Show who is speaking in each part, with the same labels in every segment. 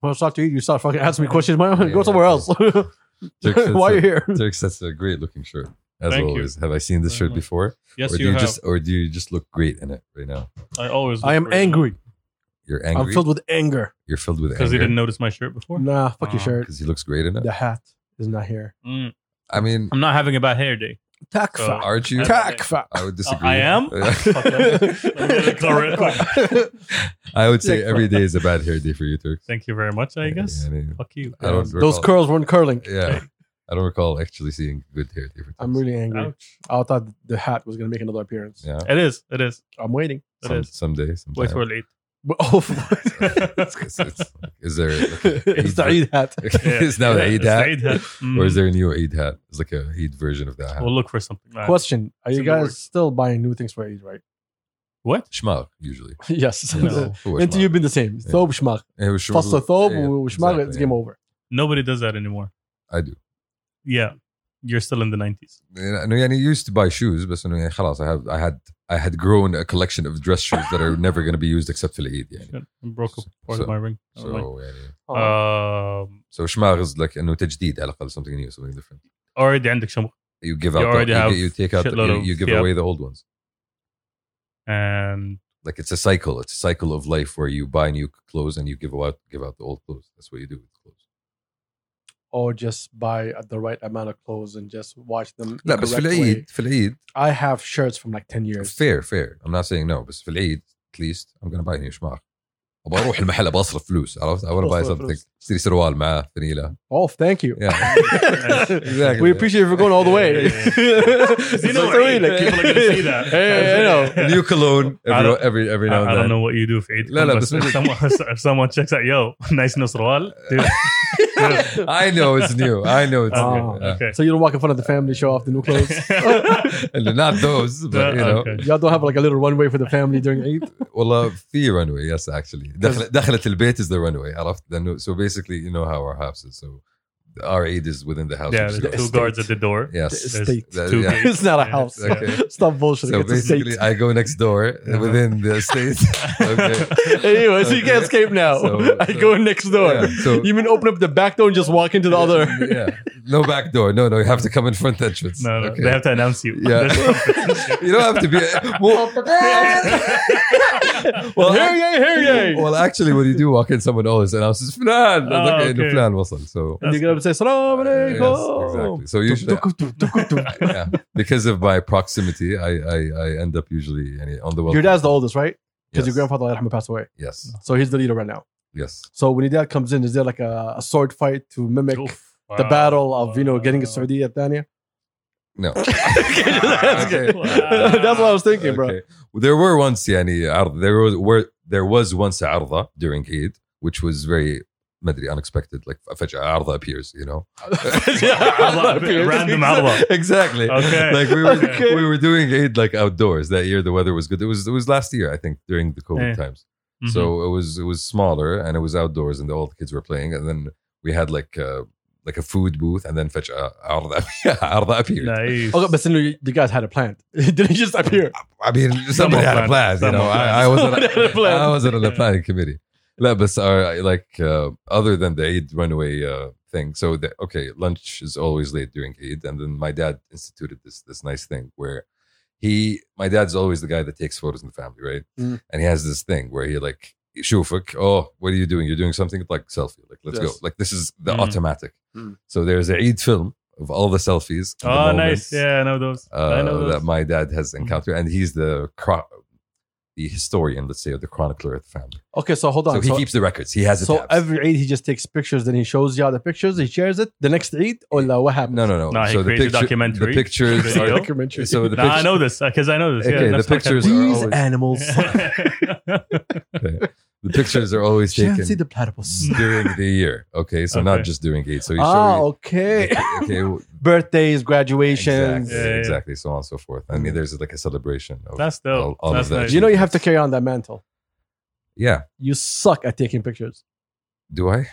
Speaker 1: When I start to eat, you start fucking asking me questions. Why don't I go somewhere else? Why are you here?
Speaker 2: Dirks, that's a great looking shirt. As
Speaker 3: Thank you.
Speaker 2: always, have I seen this
Speaker 3: Very
Speaker 2: shirt
Speaker 3: much.
Speaker 2: before?
Speaker 3: Yes,
Speaker 2: or do
Speaker 3: you have.
Speaker 2: just or do you just look great in it right now?
Speaker 3: I always.
Speaker 1: I am angry.
Speaker 2: You're angry.
Speaker 1: I'm filled with anger.
Speaker 2: You're filled with
Speaker 3: because he didn't
Speaker 2: anger
Speaker 3: notice my shirt before.
Speaker 1: Nah, fuck your
Speaker 3: Uh,
Speaker 1: shirt.
Speaker 2: because he looks great in it.
Speaker 1: The hat is not here.
Speaker 3: Mm.
Speaker 2: I mean,
Speaker 3: I'm not having a bad hair day.
Speaker 1: Takfa.
Speaker 2: aren't Oh, you?
Speaker 3: Uh,
Speaker 1: Takfa.
Speaker 2: I would
Speaker 3: Uh,
Speaker 2: disagree.
Speaker 3: I am. Fuck yeah.
Speaker 2: I would say
Speaker 1: Yeah.
Speaker 2: every day is a bad hair day for you, Dirk.
Speaker 3: Thank you very much. I guess.
Speaker 2: I mean,
Speaker 3: Fuck you.
Speaker 2: I don't
Speaker 1: Those
Speaker 2: recall-
Speaker 1: curls weren't curling.
Speaker 2: Yeah, I don't recall actually seeing good hair day for.
Speaker 1: I'm
Speaker 2: Dirks.
Speaker 1: really angry.
Speaker 3: Ouch.
Speaker 1: I thought the hat was gonna make another appearance.
Speaker 2: Yeah.
Speaker 3: It is. It is.
Speaker 1: I'm waiting.
Speaker 3: It
Speaker 2: Some,
Speaker 3: is.
Speaker 2: someday, sometime.
Speaker 3: Wait, we're late.
Speaker 1: But- Oh,
Speaker 2: It's- it's- it's- is there? Like a
Speaker 1: it's the Eid hat.
Speaker 2: is now an Eid
Speaker 3: it's
Speaker 2: hat,
Speaker 3: Eid hat.
Speaker 2: or is
Speaker 3: Mm.
Speaker 2: there a new Eid hat? It's like a Eid version of that hat.
Speaker 3: We'll look for something. man.
Speaker 1: Question: Are
Speaker 3: It's
Speaker 1: you
Speaker 3: in the
Speaker 1: guys
Speaker 3: works.
Speaker 1: still buying new things for Eid? Right?
Speaker 3: What?
Speaker 2: Schmuck usually.
Speaker 1: yes.
Speaker 3: No.
Speaker 2: Who was
Speaker 1: Until
Speaker 2: schmuck?
Speaker 1: you've been the same.
Speaker 2: Yeah.
Speaker 1: Thob schmuck.
Speaker 2: It was
Speaker 1: Fast
Speaker 2: schmuck.
Speaker 1: thob,
Speaker 2: Yeah,
Speaker 1: schmuck.
Speaker 2: exactly,
Speaker 1: It's
Speaker 2: yeah.
Speaker 1: game over.
Speaker 3: Nobody does that anymore.
Speaker 2: I do.
Speaker 3: Yeah, you're still in the nineties.
Speaker 2: I know. I used to buy shoes, but you know, خلاص, I have, I had, I had grown a collection of dress shoes that are never going to be used except for the Eid. يعني.
Speaker 3: Shit, I broke a part
Speaker 2: So-
Speaker 3: of my ring. I
Speaker 2: So,
Speaker 3: don't like-
Speaker 2: يعني-
Speaker 1: Oh.
Speaker 3: Um,
Speaker 2: so schmuck is like إنه تجديد على الأقل something new, something different.
Speaker 3: already عندك شمغ
Speaker 2: You give
Speaker 3: You
Speaker 2: out, the,
Speaker 3: already
Speaker 2: you,
Speaker 3: have
Speaker 2: get- you take out, the,
Speaker 3: shitload
Speaker 2: you,
Speaker 3: of-
Speaker 2: you give
Speaker 3: yeah.
Speaker 2: away the old ones.
Speaker 3: and
Speaker 2: Like it's a cycle. It's a cycle of life where you buy new clothes and you give out, give out the old clothes. That's what you do with clothes.
Speaker 1: Or just buy at the right amount of clothes and just wash them.
Speaker 2: لا بس في
Speaker 1: correct way.
Speaker 2: العيد في العيد
Speaker 1: I have shirts from like 10 years.
Speaker 2: fair fair I'm not saying no بس في العيد at least I'm gonna buy a new schmuck ابغى اروح المحل ابغى اصرف فلوس عرفت I wanna buy
Speaker 1: أصرف
Speaker 2: something
Speaker 1: فلوس.
Speaker 2: اشتري سروال معاه فنيلة
Speaker 1: Oh, thank you.
Speaker 2: yeah Exactly.
Speaker 1: We appreciate you for going all the way.
Speaker 3: Yeah, yeah, yeah. you know
Speaker 1: So
Speaker 3: what
Speaker 1: sorry,
Speaker 3: I mean,
Speaker 1: like-
Speaker 3: people are gonna see that.
Speaker 1: Hey, I know.
Speaker 2: new cologne
Speaker 3: I
Speaker 2: every
Speaker 3: don't-
Speaker 2: every every now
Speaker 3: I, I
Speaker 2: and
Speaker 3: don't know
Speaker 2: then
Speaker 3: what you do for Eid.
Speaker 2: لا، لا،
Speaker 3: but
Speaker 2: بس
Speaker 3: if
Speaker 2: مش-
Speaker 3: someone, if someone checks out, yo, nice نصروال. Dude,
Speaker 2: I know it's new I know it's
Speaker 1: Okay.
Speaker 2: new yeah.
Speaker 3: Ah, okay.
Speaker 1: So you don't walk in front of the family, show off the new clothes.
Speaker 2: And not those but you know
Speaker 3: Okay.
Speaker 1: Y'all don't have like a little runway for the family during Eid.
Speaker 2: والله في runway yes actually دخل دخلت البيت is the runway عرفت لانه so basically you know how our house is so our aid is within the house
Speaker 3: Yeah,
Speaker 2: which
Speaker 3: there's two
Speaker 2: is the estate.
Speaker 3: guards at the door.
Speaker 2: yes
Speaker 1: The estate.
Speaker 2: That-
Speaker 3: Two
Speaker 2: yeah.
Speaker 3: gates.
Speaker 1: It's not a house.
Speaker 3: Yeah.
Speaker 2: Okay.
Speaker 1: Stop bullshitting.
Speaker 2: So
Speaker 1: it's a state. Uh-huh.
Speaker 2: basically, I go next door
Speaker 3: Yeah.
Speaker 2: within the state. okay.
Speaker 1: anyway, so you can't
Speaker 2: Okay.
Speaker 1: escape now.
Speaker 2: So-
Speaker 1: I go next door.
Speaker 2: Yeah, so-
Speaker 1: you mean open up the back door and just walk into the other?
Speaker 2: yeah. No back door. No, no. You have to come in front entrance.
Speaker 3: No, no,
Speaker 2: Okay.
Speaker 3: they have to announce you.
Speaker 2: Yeah. you don't have to be. Well,
Speaker 1: well,
Speaker 2: Well,
Speaker 1: here yay, here yay.
Speaker 2: well, actually, when you do walk in, someone always announces "Flan."
Speaker 3: Oh,
Speaker 2: like, okay.
Speaker 3: okay.
Speaker 2: "No, Flan wasn't." So.
Speaker 1: And you get up and say, Salaam
Speaker 2: Yes,
Speaker 1: alaikum.
Speaker 2: exactly. So usually, yeah, because of my proximity, I I, I end up usually any- on the
Speaker 1: Your
Speaker 2: welcome.
Speaker 1: dad's the oldest, right? Because your
Speaker 2: Yes.
Speaker 1: grandfather Allah yarhamah, passed away.
Speaker 2: Yes,
Speaker 1: So he's the leader right now.
Speaker 2: yes.
Speaker 1: So when your dad comes in, is there like a, a sword fight to mimic the battle of you know getting a Saudi at Dania?
Speaker 2: No.
Speaker 1: That's good. That's what I was thinking, bro.
Speaker 2: Okay. Well, there were once يعني عرض there was were there was once a عرضة during Eid which was very ما ادري unexpected like فجأة عرضة appears you know
Speaker 3: Random عرضة.
Speaker 2: exactly
Speaker 3: Okay.
Speaker 2: like we were
Speaker 1: Okay.
Speaker 2: we were doing Eid like outdoors that year the weather was good it was it was last year I think during the COVID
Speaker 3: Yeah.
Speaker 2: times
Speaker 3: Mm-hmm.
Speaker 2: so it was it was smaller and it was outdoors and all the kids were playing and then we had like uh like a food booth and then فجأة عرضة عرضة appeared
Speaker 3: nice. Oh,
Speaker 1: Okay, but you, you guys had a plan. It didn't just appear.
Speaker 2: I mean,
Speaker 3: Someone
Speaker 2: somebody had a plan,
Speaker 3: planned.
Speaker 2: you know.
Speaker 3: Someone
Speaker 2: I,
Speaker 3: planned.
Speaker 2: I wasn't.
Speaker 1: Someone had a plan.
Speaker 2: I wasn't on the planning committee. No, but sorry, like uh, other than the Eid runaway uh, thing, so the, okay, lunch is always late during Eid, and then my dad instituted this this nice thing where he, my dad's always the guy that takes photos in the family, right?
Speaker 1: Mm.
Speaker 2: And he has this thing where he like, "Shufuk, oh, what are you doing? You're doing something like selfie, like let's
Speaker 1: Yes.
Speaker 2: go, like this is the
Speaker 3: Mm.
Speaker 2: automatic."
Speaker 1: Mm.
Speaker 2: So there's a Eid film of all the selfies. and the
Speaker 3: Oh,
Speaker 2: moments
Speaker 3: nice. Yeah, I know those. I know Mm-hmm.
Speaker 2: uh,
Speaker 3: those.
Speaker 2: that my dad has encountered, and he's the chro- the historian, let's say, or the chronicler of the family.
Speaker 1: Okay, so hold on.
Speaker 2: So he keeps the records. He has it.
Speaker 1: so every Eid he just takes pictures, then he shows you all the pictures, he shares it. The next Eid, or la, what happened?
Speaker 2: no, no, no.
Speaker 3: Nah, he
Speaker 2: so the
Speaker 3: creates a
Speaker 2: picture,
Speaker 3: documentary.
Speaker 2: The pictures.
Speaker 3: Video.
Speaker 2: Are,
Speaker 1: Documentary.
Speaker 2: so the
Speaker 3: Nah, I know this because I know this.
Speaker 2: Okay,
Speaker 3: yeah,
Speaker 2: the
Speaker 3: that's fucking-
Speaker 2: pictures are
Speaker 1: These
Speaker 2: always-
Speaker 1: animals
Speaker 2: the pictures are always
Speaker 1: can't see
Speaker 2: taken
Speaker 1: the platypus.
Speaker 2: during the year. Okay, so not
Speaker 3: Okay.
Speaker 2: just during Eid. So he
Speaker 1: Ah,
Speaker 2: showed
Speaker 1: okay.
Speaker 2: okay, well,
Speaker 1: Birthdays, graduations.
Speaker 2: exactly,
Speaker 3: Yeah, yeah.
Speaker 2: exactly, so on and so forth. I
Speaker 1: Mm.
Speaker 2: mean, there's like a celebration. Of,
Speaker 3: That's dope.
Speaker 2: All- all of
Speaker 3: That's
Speaker 2: that.
Speaker 3: nice.
Speaker 1: You know you have to carry on that mantle.
Speaker 2: yeah.
Speaker 1: You suck at taking pictures.
Speaker 2: Do I?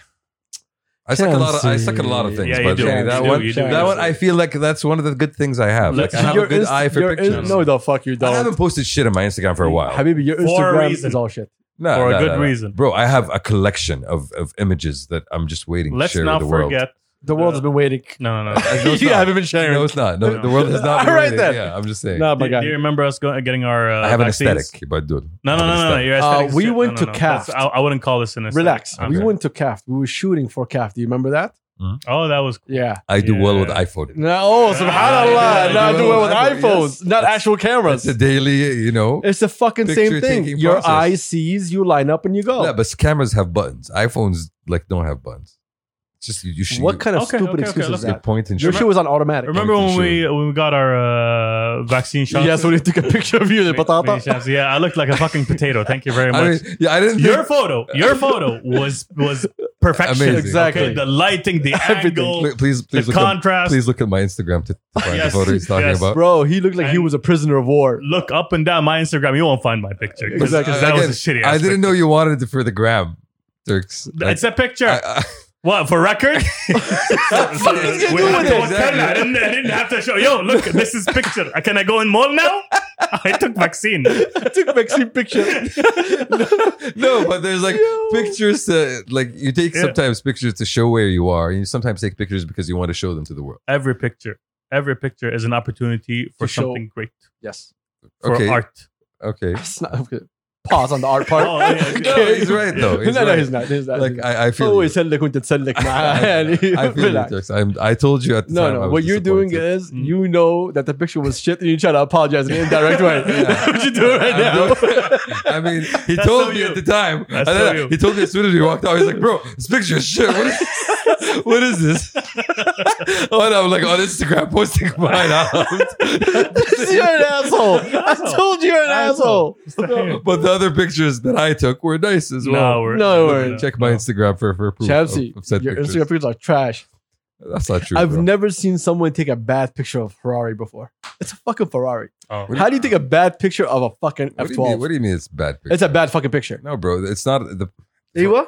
Speaker 2: I suck a lot. Of, I suck at a lot of
Speaker 1: Chelsea.
Speaker 2: things.
Speaker 3: Yeah, you
Speaker 2: but
Speaker 3: do.
Speaker 2: okay,
Speaker 1: You
Speaker 2: that
Speaker 1: do,
Speaker 2: one,
Speaker 1: you do.
Speaker 2: that one, I feel like that's one of the good things I have. Like,
Speaker 3: Let's-
Speaker 2: I have a
Speaker 1: Your
Speaker 2: good
Speaker 1: inst-
Speaker 2: eye for
Speaker 1: your in-
Speaker 2: pictures.
Speaker 1: no, the fuck you
Speaker 2: I
Speaker 1: don't.
Speaker 2: haven't posted shit on my Instagram for a while.
Speaker 1: Habibi, your
Speaker 3: For a
Speaker 1: Instagram
Speaker 3: reason.
Speaker 1: is all shit.
Speaker 2: No,
Speaker 3: For a
Speaker 2: no,
Speaker 3: good
Speaker 2: no, no.
Speaker 3: reason.
Speaker 2: bro. I have a collection of, of images that I'm just waiting
Speaker 3: Let's
Speaker 2: to share
Speaker 3: not
Speaker 2: with the world.
Speaker 3: forget.
Speaker 1: The world has been waiting.
Speaker 3: No, no, uh, no.
Speaker 2: No, it's
Speaker 1: you
Speaker 2: not.
Speaker 1: haven't been sharing.
Speaker 2: No, it's not. No,
Speaker 3: No.
Speaker 2: the world is not.
Speaker 1: All right
Speaker 2: ready.
Speaker 1: then.
Speaker 2: Yeah, I'm just saying.
Speaker 1: no,
Speaker 3: Do,
Speaker 1: my
Speaker 3: you-
Speaker 1: God.
Speaker 3: do you remember us going, getting our? Uh,
Speaker 2: I have an
Speaker 3: vaccines?
Speaker 2: aesthetic, but dude.
Speaker 3: No, no, no, no, no. Your aesthetic.
Speaker 1: we
Speaker 3: shit.
Speaker 1: went
Speaker 3: no,
Speaker 1: to
Speaker 3: no, no.
Speaker 1: Caft.
Speaker 3: That's- I, I wouldn't call this an aesthetic.
Speaker 1: Relax.
Speaker 3: Okay.
Speaker 1: We went to CAF. We were shooting for CAF. Do you remember that?
Speaker 3: Oh, that was.
Speaker 1: Yeah.
Speaker 2: I do well with
Speaker 3: Yeah.
Speaker 2: iPhone.
Speaker 1: No, oh, subhanallah.
Speaker 3: Yeah,
Speaker 1: no, I do it with
Speaker 2: yeah,
Speaker 1: iPhones,
Speaker 2: yes.
Speaker 1: not
Speaker 2: That's-
Speaker 1: actual
Speaker 2: It's
Speaker 1: cameras.
Speaker 2: a daily, you know.
Speaker 1: It's the fucking same thing.
Speaker 2: Picture-taking
Speaker 1: Your
Speaker 2: process.
Speaker 1: eye sees, you line up, and you go.
Speaker 2: Yeah, but cameras have buttons. iPhones like don't have buttons. It's just you, you should.
Speaker 1: what kind of
Speaker 3: Okay,
Speaker 1: stupid
Speaker 3: okay,
Speaker 1: excuse
Speaker 3: okay,
Speaker 1: is
Speaker 2: you, you
Speaker 1: that?
Speaker 2: point and
Speaker 1: Your
Speaker 2: shoot.
Speaker 1: shit was on automatic.
Speaker 3: Remember when we when we got our uh, vaccine shots?
Speaker 1: Yes, when you took a picture of you, the
Speaker 3: Ma- many
Speaker 1: patata.
Speaker 3: shots. Yeah, I looked like a fucking potato. Thank you very much.
Speaker 2: I mean, yeah, I didn't.
Speaker 3: your
Speaker 2: think-
Speaker 3: photo, your photo was was perfection.
Speaker 2: Amazing.
Speaker 1: Exactly.
Speaker 3: the lighting, the
Speaker 1: Everything.
Speaker 3: angle,
Speaker 2: Pl- please, please
Speaker 3: the
Speaker 2: look. At,
Speaker 3: contrast.
Speaker 2: please look at my Instagram to to find
Speaker 3: Yes,
Speaker 2: the photo he's talking
Speaker 3: yes.
Speaker 2: about.
Speaker 1: Bro, he looked like he
Speaker 3: And-
Speaker 1: was a prisoner of war.
Speaker 3: Look up and down my Instagram. You won't find my picture because
Speaker 1: Exactly.
Speaker 3: that was a
Speaker 2: Again,
Speaker 3: shitty.
Speaker 2: I
Speaker 3: ass
Speaker 2: didn't know
Speaker 3: picture.
Speaker 2: you wanted it for the gram, Turks.
Speaker 3: It's a picture.
Speaker 2: I- I-
Speaker 3: what for record?
Speaker 1: fuck is he
Speaker 3: We
Speaker 1: doing
Speaker 3: had
Speaker 1: with
Speaker 3: to
Speaker 1: it?
Speaker 3: work on that. I didn't, I didn't have to show. Yo, look, this is picture. Can I go in mall now? I took vaccine.
Speaker 1: I took a vaccine picture.
Speaker 2: no, but there's like
Speaker 1: Yo.
Speaker 2: pictures to like you take
Speaker 3: Yeah.
Speaker 2: sometimes pictures to show where you are, and you sometimes take pictures because you want to show them to the world.
Speaker 3: Every picture, every picture is an opportunity for
Speaker 1: To show-
Speaker 3: something great
Speaker 1: Yes.
Speaker 3: for
Speaker 2: Okay.
Speaker 3: art.
Speaker 2: Okay,
Speaker 1: That's not- okay. Pause on the art part.
Speaker 3: Oh, yeah, yeah.
Speaker 2: No, he's right, though. He's
Speaker 1: no, no,
Speaker 2: right.
Speaker 1: he's not. He's not.
Speaker 2: like I, I feel.
Speaker 1: هو
Speaker 2: you.
Speaker 1: يسلك وانت تسلك معاه
Speaker 2: I,
Speaker 1: يعني
Speaker 2: I feel you,
Speaker 1: relax.
Speaker 2: Turks. I'm, I told you at the
Speaker 1: No,
Speaker 2: time. I
Speaker 1: no.
Speaker 2: was
Speaker 1: What you're doing
Speaker 2: disappointed.
Speaker 1: is
Speaker 2: Mm-hmm.
Speaker 3: Mm.
Speaker 1: you know that the picture was shit and you try to apologize in an indirect way.
Speaker 2: Yeah.
Speaker 1: That's what you're doing right
Speaker 2: I'm
Speaker 1: now.
Speaker 2: I mean, he
Speaker 3: That's so
Speaker 2: told me
Speaker 3: you.
Speaker 2: at the time.
Speaker 3: That's
Speaker 2: and
Speaker 3: so
Speaker 2: then
Speaker 3: you.
Speaker 2: He told me as soon as we walked out, he's like, "Bro, this picture is shit. What is, what is this?" oh, and I'm like on Instagram posting mine out.
Speaker 1: you're an asshole. I told you you're an asshole.
Speaker 3: Asshole. No,
Speaker 2: but the other pictures that I took were nice as well.
Speaker 3: we're,
Speaker 1: No,
Speaker 3: we're-
Speaker 1: we're-
Speaker 2: Check my Instagram for for proof of,
Speaker 1: Chelsea,
Speaker 2: of said
Speaker 1: your
Speaker 2: pictures.
Speaker 1: Instagram pictures are trash.
Speaker 2: That's not true.
Speaker 1: I've
Speaker 2: bro.
Speaker 1: never seen someone take a bad picture of Ferrari before. It's a fucking Ferrari.
Speaker 3: Oh.
Speaker 1: How do you take a bad picture of a fucking
Speaker 2: What do, you mean,
Speaker 1: F12?
Speaker 2: what do you mean it's bad picture?
Speaker 1: it's a bad fucking picture.
Speaker 2: no, bro. It's not the.
Speaker 1: Ewa?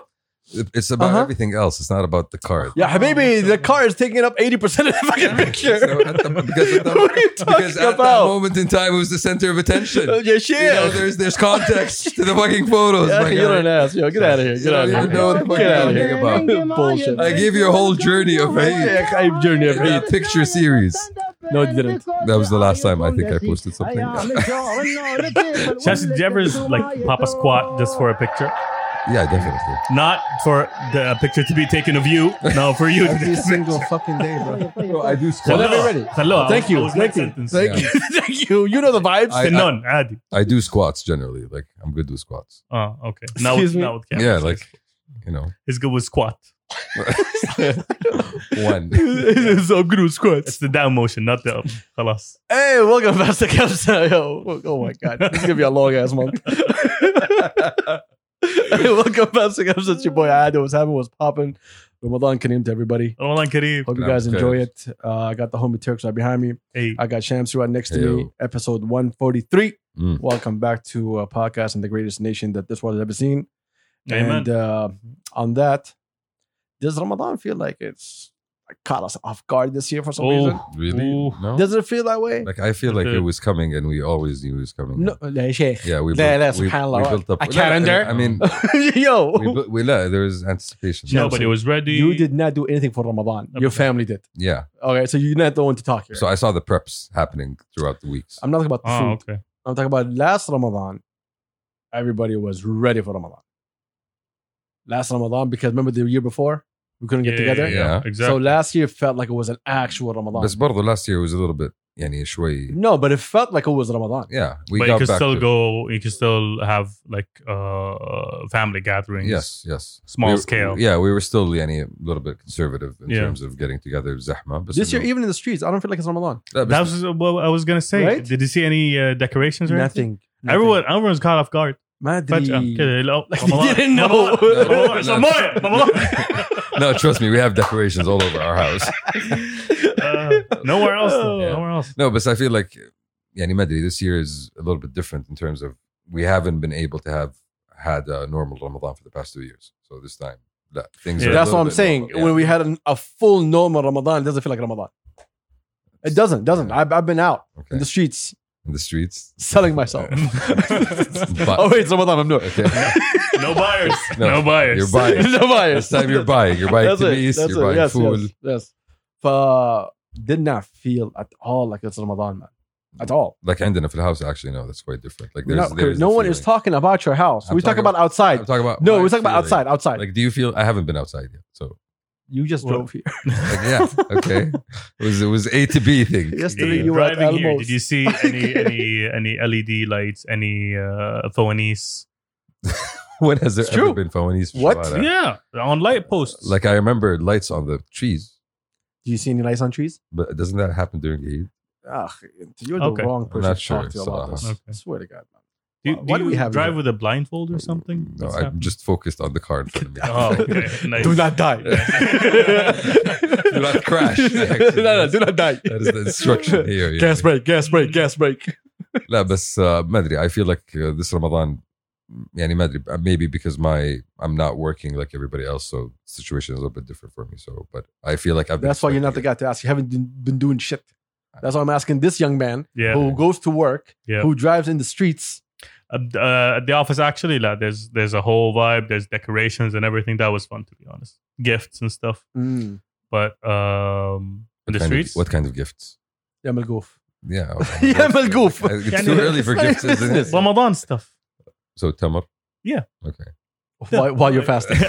Speaker 2: It's about
Speaker 1: Uh-huh.
Speaker 2: everything else. It's not about the card.
Speaker 1: Yeah, Habibi, the car is taking up 80% of the fucking picture.
Speaker 2: So at the- because at the-
Speaker 1: what are you
Speaker 2: because
Speaker 1: talking
Speaker 2: at that
Speaker 1: about?
Speaker 2: moment in time, it was the center of attention.
Speaker 1: Uh, yeah, shit.
Speaker 2: You know, there's there's context to the fucking photos.
Speaker 1: Yeah,
Speaker 2: my
Speaker 1: you're an
Speaker 2: guy.
Speaker 1: ass. Yo, get out of here. Get
Speaker 2: You
Speaker 1: out of
Speaker 2: don't
Speaker 1: here.
Speaker 2: even know what the fuck
Speaker 1: get
Speaker 2: you're
Speaker 1: out of
Speaker 2: talking
Speaker 1: here.
Speaker 2: about.
Speaker 1: Bullshit.
Speaker 2: I gave you a whole journey of hate.
Speaker 1: Yeah, I journey of hate.
Speaker 2: picture series.
Speaker 1: No, it didn't.
Speaker 2: That was the last time I think I posted something.
Speaker 1: um,
Speaker 3: Chelsea, did you ever like pop a squat just for a picture?
Speaker 2: Yeah, definitely.
Speaker 3: Not for the a picture to be taken of you. No, for you.
Speaker 1: Every single fucking day, bro.
Speaker 2: Bro, I do
Speaker 1: Well,
Speaker 2: squat.
Speaker 1: let me ready.
Speaker 3: Hello.
Speaker 1: Thank you. Thank you. Thank
Speaker 2: Yeah.
Speaker 1: you. Thank you. You know the vibes.
Speaker 2: I-
Speaker 3: None. Adi.
Speaker 2: I do squats generally. Like I'm good with squats.
Speaker 3: Oh, okay. Now,
Speaker 1: Excuse me?
Speaker 3: now with
Speaker 2: Yeah,
Speaker 3: camera.
Speaker 2: like you know
Speaker 3: it's good with squat.
Speaker 2: one.
Speaker 1: It's so good with
Speaker 3: It's
Speaker 1: squats.
Speaker 3: the down motion, not the up. Halas.
Speaker 1: Hey, welcome back to Kamsa. Yo, oh- oh my god, this is gonna be a long ass month. hey, welcome back to Kamsa. It's your boy Ado. What's happening? What's popping? Ramadan Kareem to everybody.
Speaker 3: Ramadan Kareem.
Speaker 1: Hope you
Speaker 2: Ramadan
Speaker 1: guys enjoy it. Uh, I got the homie Turks right behind me.
Speaker 3: Hey.
Speaker 1: I got Shams right next to me.
Speaker 2: Heyo.
Speaker 1: Episode 143.
Speaker 2: Mm.
Speaker 1: Welcome back to a podcast in the greatest nation that this world has ever seen.
Speaker 3: Amen.
Speaker 1: And uh, on that, does Ramadan feel like it's like, caught us off guard this year for some
Speaker 3: Oh.
Speaker 1: reason?
Speaker 2: Really?
Speaker 3: Ooh.
Speaker 2: No.
Speaker 1: Does it feel that way?
Speaker 2: Like I feel like it was coming, and we always knew it was coming.
Speaker 1: No, لا يا شيخ.
Speaker 2: Yeah, we
Speaker 1: لا لا
Speaker 2: built, we,
Speaker 1: سبحان
Speaker 2: we
Speaker 1: الله.
Speaker 2: built up
Speaker 1: A calendar?
Speaker 2: I mean, we,
Speaker 1: Yo,
Speaker 2: built, we la, there was anticipation.
Speaker 1: Yeah.
Speaker 3: Nobody was ready.
Speaker 1: you did not do anything for Ramadan. Your
Speaker 3: Okay.
Speaker 1: family did.
Speaker 2: Yeah.
Speaker 1: Okay, so you're not the one to talk here.
Speaker 2: So I saw the preps happening throughout the weeks.
Speaker 1: I'm not talking about the
Speaker 3: Oh,
Speaker 1: food.
Speaker 3: okay.
Speaker 1: I'm talking about last Ramadan. Everybody was ready for Ramadan. Last Ramadan, because remember the year before we couldn't get together.
Speaker 2: yeah.
Speaker 3: Exactly.
Speaker 1: So last year felt like it was an actual Ramadan.
Speaker 2: But برضه last year was a little bit يعني شوي.
Speaker 1: no, but it felt like it was Ramadan.
Speaker 2: Yeah,
Speaker 3: Mm-hmm.
Speaker 2: we
Speaker 3: but you
Speaker 2: got
Speaker 3: can
Speaker 2: back
Speaker 3: still
Speaker 2: to-
Speaker 3: go. You can still have like uh, family gatherings.
Speaker 2: Yes, yes.
Speaker 3: Small
Speaker 2: We were-
Speaker 3: scale.
Speaker 2: Yeah, we were still يعني a little bit conservative in
Speaker 3: Yeah.
Speaker 2: terms of getting together زحمة. بس
Speaker 1: This year,
Speaker 2: إنه-
Speaker 1: even in the streets, I don't feel like it's Ramadan.
Speaker 2: لا, بس
Speaker 3: e- That was what I was gonna say.
Speaker 1: Right?
Speaker 3: Did you see any uh, decorations or anything?
Speaker 1: Nothing. Nothing.
Speaker 3: Everyone, um, everyone's caught off guard. uh,
Speaker 1: ما
Speaker 3: فجأة
Speaker 1: أدري.
Speaker 3: كده لا
Speaker 1: Like, they didn't know.
Speaker 3: رمضان.
Speaker 2: No, no,
Speaker 3: رمضان. رمضان.
Speaker 2: no, trust me, we have decorations all over our house.
Speaker 3: Uh, Nowhere else.
Speaker 1: Oh.
Speaker 3: though.
Speaker 2: Yeah.
Speaker 3: Nowhere else.
Speaker 2: No, but I feel like يعني ما أدري, this year is a little bit different in terms of we haven't been able to have had a normal Ramadan for the past two years. So this time, لا, things
Speaker 3: Yeah.
Speaker 2: are a
Speaker 1: That's
Speaker 2: little
Speaker 1: what I'm
Speaker 2: bit
Speaker 1: saying.
Speaker 2: normal. Yeah.
Speaker 1: When we had an, a full normal Ramadan, it doesn't feel like Ramadan. It doesn't. Doesn't. I've, I've been out
Speaker 2: Okay.
Speaker 1: in the streets
Speaker 2: in the streets.
Speaker 1: selling myself.
Speaker 2: But-
Speaker 1: oh wait, it's Ramadan. I'm doing.
Speaker 2: Okay.
Speaker 3: No buyers.
Speaker 2: No,
Speaker 3: No, buyers.
Speaker 2: you're buying.
Speaker 1: no bias.
Speaker 2: This time you're buying. You're buying
Speaker 1: That's it.
Speaker 2: TVs,
Speaker 1: That's
Speaker 2: you're
Speaker 1: it.
Speaker 2: buying
Speaker 1: yes,
Speaker 2: food.
Speaker 1: Yes, yes. ف- did not feel at all like it's Ramadan, man. At all.
Speaker 2: Like عندنا في الهاus actually no, that's quite different. Like there's
Speaker 1: no
Speaker 2: there's
Speaker 1: no
Speaker 2: the
Speaker 1: one is
Speaker 2: feeling.
Speaker 1: talking about your house.
Speaker 2: I'm
Speaker 1: we talk
Speaker 2: talking
Speaker 1: about outside.
Speaker 2: I'm talking about
Speaker 1: no,
Speaker 2: my
Speaker 1: we're talking about outside.
Speaker 2: feeling.
Speaker 1: Outside.
Speaker 2: Like do you feel I haven't been outside yet. So
Speaker 1: you just
Speaker 3: Well-
Speaker 1: drove here.
Speaker 2: like, yeah, okay. It was it was A to B thing.
Speaker 1: Yesterday
Speaker 3: Hey,
Speaker 1: you were at
Speaker 3: driving here, did
Speaker 1: Elmo's.
Speaker 3: you see any any any LED lights? Any uh, Thawanese?
Speaker 2: when has there
Speaker 1: It's
Speaker 2: ever
Speaker 1: true.
Speaker 2: been Fawani's
Speaker 1: What?
Speaker 2: Shawara?
Speaker 3: Yeah, on light posts.
Speaker 2: Like I remember lights on the trees,
Speaker 1: Do you see any lights on trees?
Speaker 2: but doesn't that happen during Eid?
Speaker 1: Ugh, you're the
Speaker 3: Okay.
Speaker 1: wrong person
Speaker 2: not
Speaker 1: to
Speaker 2: sure,
Speaker 1: talk to about
Speaker 2: Salah.
Speaker 1: this.
Speaker 3: Okay.
Speaker 1: I swear to God. man.
Speaker 3: do,
Speaker 1: why
Speaker 3: do
Speaker 1: do
Speaker 3: you
Speaker 1: we have
Speaker 3: drive
Speaker 1: that?
Speaker 3: with a blindfold or something?
Speaker 2: No,
Speaker 3: What's
Speaker 2: I'm
Speaker 3: happening?
Speaker 2: just focused on the car in front of me.
Speaker 3: Oh, okay. Nice.
Speaker 1: Do not die.
Speaker 2: Do not crash.
Speaker 1: no, no, do not die.
Speaker 2: That is the instruction here. Yeah.
Speaker 1: Gas brake, gas brake, gas brake.
Speaker 2: لا بس uh, ما ادري I feel like uh, this Ramadan يعني ما ادري maybe because my I'm not working like everybody else so situation is a little bit different for me so but I feel like I've been
Speaker 1: That's why you're not the guy
Speaker 2: expecting
Speaker 1: to ask. You haven't been- been doing shit. That's why I'm asking this young man
Speaker 3: yeah.
Speaker 1: who goes to work,
Speaker 3: Yeah.
Speaker 1: who drives in the streets.
Speaker 3: uh, at the office actually like, there's there's a whole vibe there's decorations and everything that was fun to be honest gifts and stuff
Speaker 1: Mm.
Speaker 3: but um in the
Speaker 2: it. What kind of-
Speaker 3: streets
Speaker 2: what kind of gifts
Speaker 1: يعمل goof.
Speaker 2: yeah
Speaker 1: يعمل goof.
Speaker 2: it's too early for gifts isn't it
Speaker 3: Ramadan stuff
Speaker 2: so Tamar
Speaker 3: Yeah.
Speaker 2: okay
Speaker 1: While, while you're fasting.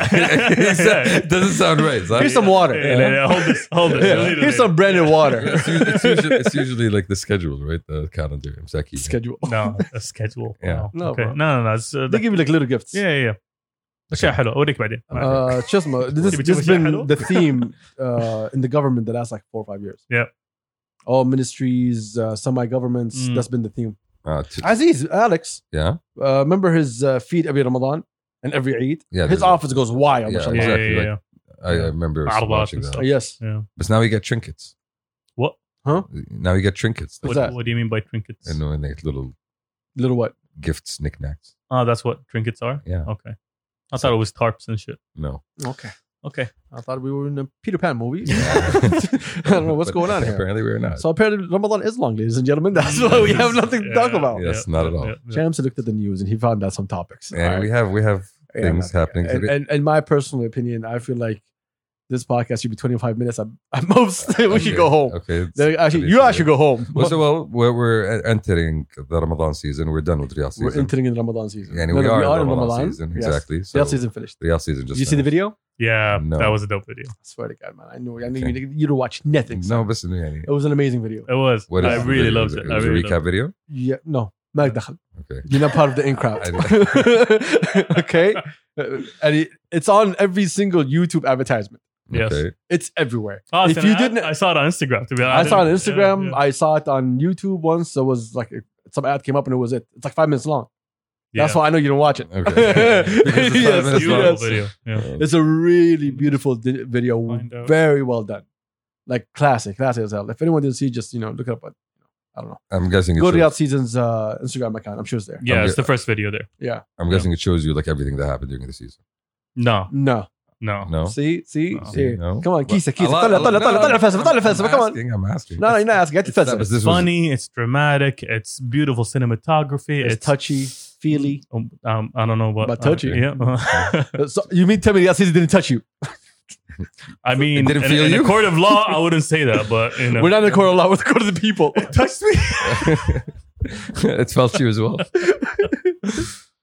Speaker 2: It doesn't sound right صح?
Speaker 1: Here's some water.
Speaker 3: Hey, hey, hey, hold this hold this You'll
Speaker 1: Yeah.
Speaker 3: need it
Speaker 1: Here's
Speaker 3: later.
Speaker 1: some branded water.
Speaker 2: it's, usually, it's, usually, it's usually like the schedule right the calendar مساكين
Speaker 1: Schedule.
Speaker 3: no a schedule
Speaker 2: Yeah.
Speaker 3: Wow.
Speaker 1: No,
Speaker 3: okay
Speaker 1: bro.
Speaker 3: no no no it's, uh,
Speaker 1: They
Speaker 3: the-
Speaker 1: give you like little gifts.
Speaker 3: yeah yeah yeah اشياء حلوه اوريك بعدين
Speaker 1: Uh, شو اسمه this
Speaker 3: بتشوف
Speaker 1: this has
Speaker 3: شيء
Speaker 1: been
Speaker 3: حلو؟
Speaker 1: the theme uh, in the government the last like four or five years.
Speaker 3: Yeah.
Speaker 1: All ministries, uh, semi-governments.
Speaker 3: Mm.
Speaker 1: That's been the theme.
Speaker 2: Ah, t-
Speaker 1: Aziz Alex,
Speaker 2: yeah
Speaker 1: uh, remember his uh, feed every Ramadan and every Eid.
Speaker 2: yeah
Speaker 1: his
Speaker 2: there's-
Speaker 1: office goes wild.
Speaker 2: Yeah,
Speaker 1: mashallah.
Speaker 3: yeah, yeah,
Speaker 2: exactly,
Speaker 3: yeah,
Speaker 2: like-
Speaker 3: yeah.
Speaker 2: I, I remember
Speaker 3: عرضات
Speaker 2: watching
Speaker 3: and
Speaker 2: that
Speaker 1: Uh,
Speaker 3: stuff.
Speaker 1: Yes.
Speaker 3: Yeah.
Speaker 2: but now you get trinkets
Speaker 3: What?
Speaker 1: Huh?
Speaker 2: now you get trinkets
Speaker 1: What's
Speaker 3: What,
Speaker 1: that?
Speaker 3: what do you mean by trinkets?
Speaker 2: and when they little
Speaker 1: Little what?
Speaker 2: gifts, knickknacks.
Speaker 3: Oh, that's what trinkets are?
Speaker 2: Yeah.
Speaker 3: Okay. I thought it was tarps and shit.
Speaker 2: No.
Speaker 1: Okay.
Speaker 3: Okay.
Speaker 1: I thought we were in a Peter Pan movie.
Speaker 2: I
Speaker 1: I don't know what's going on here.
Speaker 2: Apparently, we're not.
Speaker 1: So apparently Ramadan is long, ladies and gentlemen. That's why we have nothing to talk about.
Speaker 2: Yes, not at all.
Speaker 1: Shams looked at the news and he found out some topics.
Speaker 2: and we have we have
Speaker 1: Yeah,
Speaker 2: things happening.
Speaker 1: and,
Speaker 2: today.
Speaker 1: and, and my personal opinion, I feel like this podcast should be 25 minutes at, at most. we
Speaker 2: Okay,
Speaker 1: should go home.
Speaker 2: Okay. it's-
Speaker 1: Then Actually, you
Speaker 2: pretty
Speaker 1: all should go home.
Speaker 2: Well, so, well, we're, we're entering the Ramadan season. We're done with Riyadh season.
Speaker 1: We're entering in Ramadan season.
Speaker 2: Yeah, and
Speaker 1: No,
Speaker 2: we,
Speaker 1: no,
Speaker 2: are in Ramadan, season.
Speaker 1: Yes.
Speaker 2: Exactly. So
Speaker 1: Riyadh season finished.
Speaker 2: Riyadh season just.
Speaker 1: Did you see the
Speaker 2: finished.
Speaker 1: video?
Speaker 3: Yeah,
Speaker 2: No.
Speaker 3: that was a dope video.
Speaker 1: I swear to God, man. I knew, I knew
Speaker 2: Okay.
Speaker 1: you, you to watch nothing.
Speaker 2: No, but yani,
Speaker 1: It was an amazing video.
Speaker 3: It was.
Speaker 2: what is
Speaker 3: I
Speaker 2: the
Speaker 3: really
Speaker 2: video?
Speaker 3: loved
Speaker 2: it.
Speaker 3: it.
Speaker 2: It
Speaker 3: I
Speaker 2: was
Speaker 3: really
Speaker 2: a
Speaker 3: loved
Speaker 2: recap
Speaker 3: it.
Speaker 2: video.
Speaker 1: Yeah, no. مالك دخل.
Speaker 2: Okay.
Speaker 1: You're not part of the in crowd.
Speaker 2: I
Speaker 1: okay. Uh, And it, it's on every single YouTube advertisement.
Speaker 3: Yes.
Speaker 2: Okay.
Speaker 1: It's everywhere.
Speaker 3: Oh,
Speaker 1: if
Speaker 3: so
Speaker 1: you
Speaker 3: I,
Speaker 1: didn't,
Speaker 3: I saw it on Instagram. To be
Speaker 1: I,
Speaker 3: honest,
Speaker 1: saw it on
Speaker 3: didn't-
Speaker 1: Instagram.
Speaker 3: yeah,
Speaker 1: I saw it on YouTube once. There was like some ad came up and it was it. It's like five minutes long.
Speaker 3: yeah.
Speaker 1: That's why I know you don't watch it.
Speaker 2: Okay. Because it's five
Speaker 1: Yes,
Speaker 2: minutes
Speaker 3: Beautiful
Speaker 2: long.
Speaker 1: yes.
Speaker 3: video. Yeah.
Speaker 2: Uh,
Speaker 1: It's a really beautiful di- video.
Speaker 3: Find out.
Speaker 1: Very well done. Like classic, classic as hell. If anyone didn't see, just you know, look it up. But I don't know.
Speaker 2: I'm guessing. It
Speaker 1: Go to
Speaker 2: shows,
Speaker 1: Riyadh Season's uh, Instagram account. I'm sure it's there.
Speaker 3: Yeah,
Speaker 2: I'm
Speaker 3: it's
Speaker 2: ge-
Speaker 3: the first video there.
Speaker 2: I'm guessing it shows you like everything that happened during the season.
Speaker 3: No,
Speaker 1: No. Oh,
Speaker 3: no.
Speaker 2: No.
Speaker 1: See, see,
Speaker 3: No.
Speaker 1: see.
Speaker 2: No?
Speaker 1: Come on,
Speaker 2: But-
Speaker 1: Kisa, Kisa.
Speaker 2: A lot-
Speaker 1: طلع
Speaker 2: a lot-
Speaker 1: طلع طلع
Speaker 2: no,
Speaker 1: طلع الفلسفة
Speaker 2: I'm
Speaker 1: طلع الفلسفة come on.
Speaker 2: asking, I'm asking.
Speaker 1: No, no, you're not asking. Get
Speaker 2: It's
Speaker 1: your
Speaker 2: not-
Speaker 1: فلسفة.
Speaker 2: but this
Speaker 3: It's
Speaker 2: was-
Speaker 3: funny. It's dramatic. It's beautiful cinematography.
Speaker 1: It's touchy, feely.
Speaker 3: Um, um, I don't know what.
Speaker 1: But touchy.
Speaker 3: Uh, yeah.
Speaker 1: So you mean tell me Riyadh Season didn't touch you?
Speaker 3: I mean,
Speaker 2: It didn't
Speaker 3: in,
Speaker 2: feel
Speaker 3: in
Speaker 2: you?
Speaker 3: a court of law, I wouldn't say that, but you know,
Speaker 1: We're not in the court of law. We're in the court of the people.
Speaker 3: touched me.
Speaker 2: it felt you as well.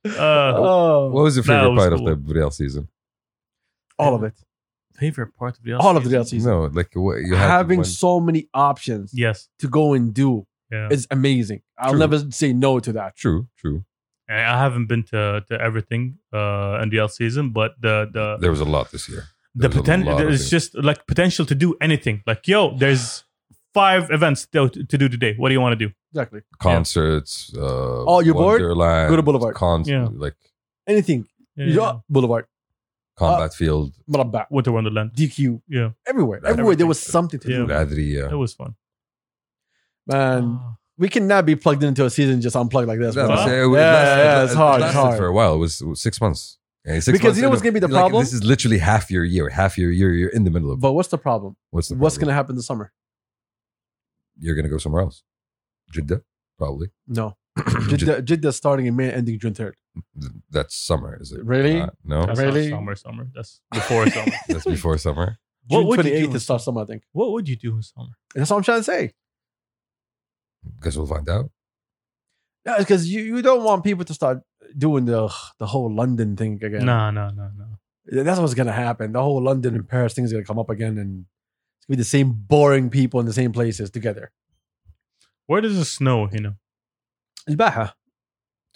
Speaker 3: Uh,
Speaker 1: Oh,
Speaker 2: What was your
Speaker 3: No, it
Speaker 2: favorite
Speaker 3: was
Speaker 2: part
Speaker 3: cool.
Speaker 2: of the Real season?
Speaker 1: all of it.
Speaker 3: favorite part of the
Speaker 1: All of the Riyadh Season.
Speaker 2: No, like what you had
Speaker 1: Having
Speaker 2: one-
Speaker 1: so many options
Speaker 3: Yes.
Speaker 1: to go and do
Speaker 3: Yeah.
Speaker 1: is amazing. I'll
Speaker 2: True.
Speaker 1: never say no to that.
Speaker 2: True, true.
Speaker 3: I I haven't been to, to everything uh, in the off season, but the the
Speaker 2: There was a lot this year.
Speaker 3: the
Speaker 2: there's a
Speaker 3: potential
Speaker 2: lot of
Speaker 3: there's
Speaker 2: things.
Speaker 3: just like potential to do anything. Like yo, there's five events to, to do today. What do you want to do?
Speaker 1: Exactly.
Speaker 2: Concerts. Uh,
Speaker 1: Oh, you're bored?
Speaker 2: Wonderland,
Speaker 1: Go to Boulevard.
Speaker 2: Cons-
Speaker 3: Yeah.
Speaker 2: Like
Speaker 1: Anything.
Speaker 3: Yeah,
Speaker 1: You
Speaker 3: yeah,
Speaker 1: know,
Speaker 3: yeah.
Speaker 1: Boulevard,
Speaker 2: combat
Speaker 1: Uh,
Speaker 2: field.
Speaker 1: Marabba,
Speaker 3: Winter Wonderland.
Speaker 1: DQ,
Speaker 3: Yeah,
Speaker 1: everywhere. Everywhere there
Speaker 3: Everything.
Speaker 1: was something to
Speaker 3: Yeah.
Speaker 1: do.
Speaker 2: Adria.
Speaker 3: it was fun.
Speaker 1: Man, we cannot be plugged into a season just unplugged like this.
Speaker 2: No,
Speaker 1: bro.
Speaker 3: Huh?
Speaker 2: it was-
Speaker 1: Yeah,
Speaker 2: it lasted-
Speaker 1: yeah, it's
Speaker 2: it
Speaker 1: hard,
Speaker 2: lasted
Speaker 1: hard.
Speaker 2: for a while. It was, it was six months. Yeah, six
Speaker 1: Because
Speaker 2: months
Speaker 1: you know
Speaker 2: in
Speaker 1: what's
Speaker 2: a-
Speaker 1: gonna be the
Speaker 2: like,
Speaker 1: problem?
Speaker 2: This is literally half your year. Half your year. You're in the middle of.
Speaker 1: But what's the problem?
Speaker 2: what's the
Speaker 1: what's going to
Speaker 2: problem?
Speaker 1: happen this summer?
Speaker 2: You're gonna go somewhere else. Jeddah, probably.
Speaker 1: No. Jeddah, Jeddah starting in May, ending June third.
Speaker 2: That's summer, is it?
Speaker 1: Really?
Speaker 2: not? no,
Speaker 3: Ah, That's
Speaker 1: Really?
Speaker 3: not summer, summer. That's before summer.
Speaker 2: that's before summer.
Speaker 3: What
Speaker 1: June
Speaker 3: would you
Speaker 1: twenty eighth
Speaker 3: do?
Speaker 1: is start summer, I think.
Speaker 3: what would you do in summer?
Speaker 1: That's what I'm trying to say.
Speaker 2: Because we'll find out.
Speaker 1: Yeah, because you, you don't want people to start doing the the whole London thing again.
Speaker 3: No, no, no, no.
Speaker 1: That's what's gonna happen. The whole London and Paris thing is gonna come up again, and it's gonna be the same boring people in the same places together.
Speaker 3: Where does it snow? You know.
Speaker 1: Al-Baha.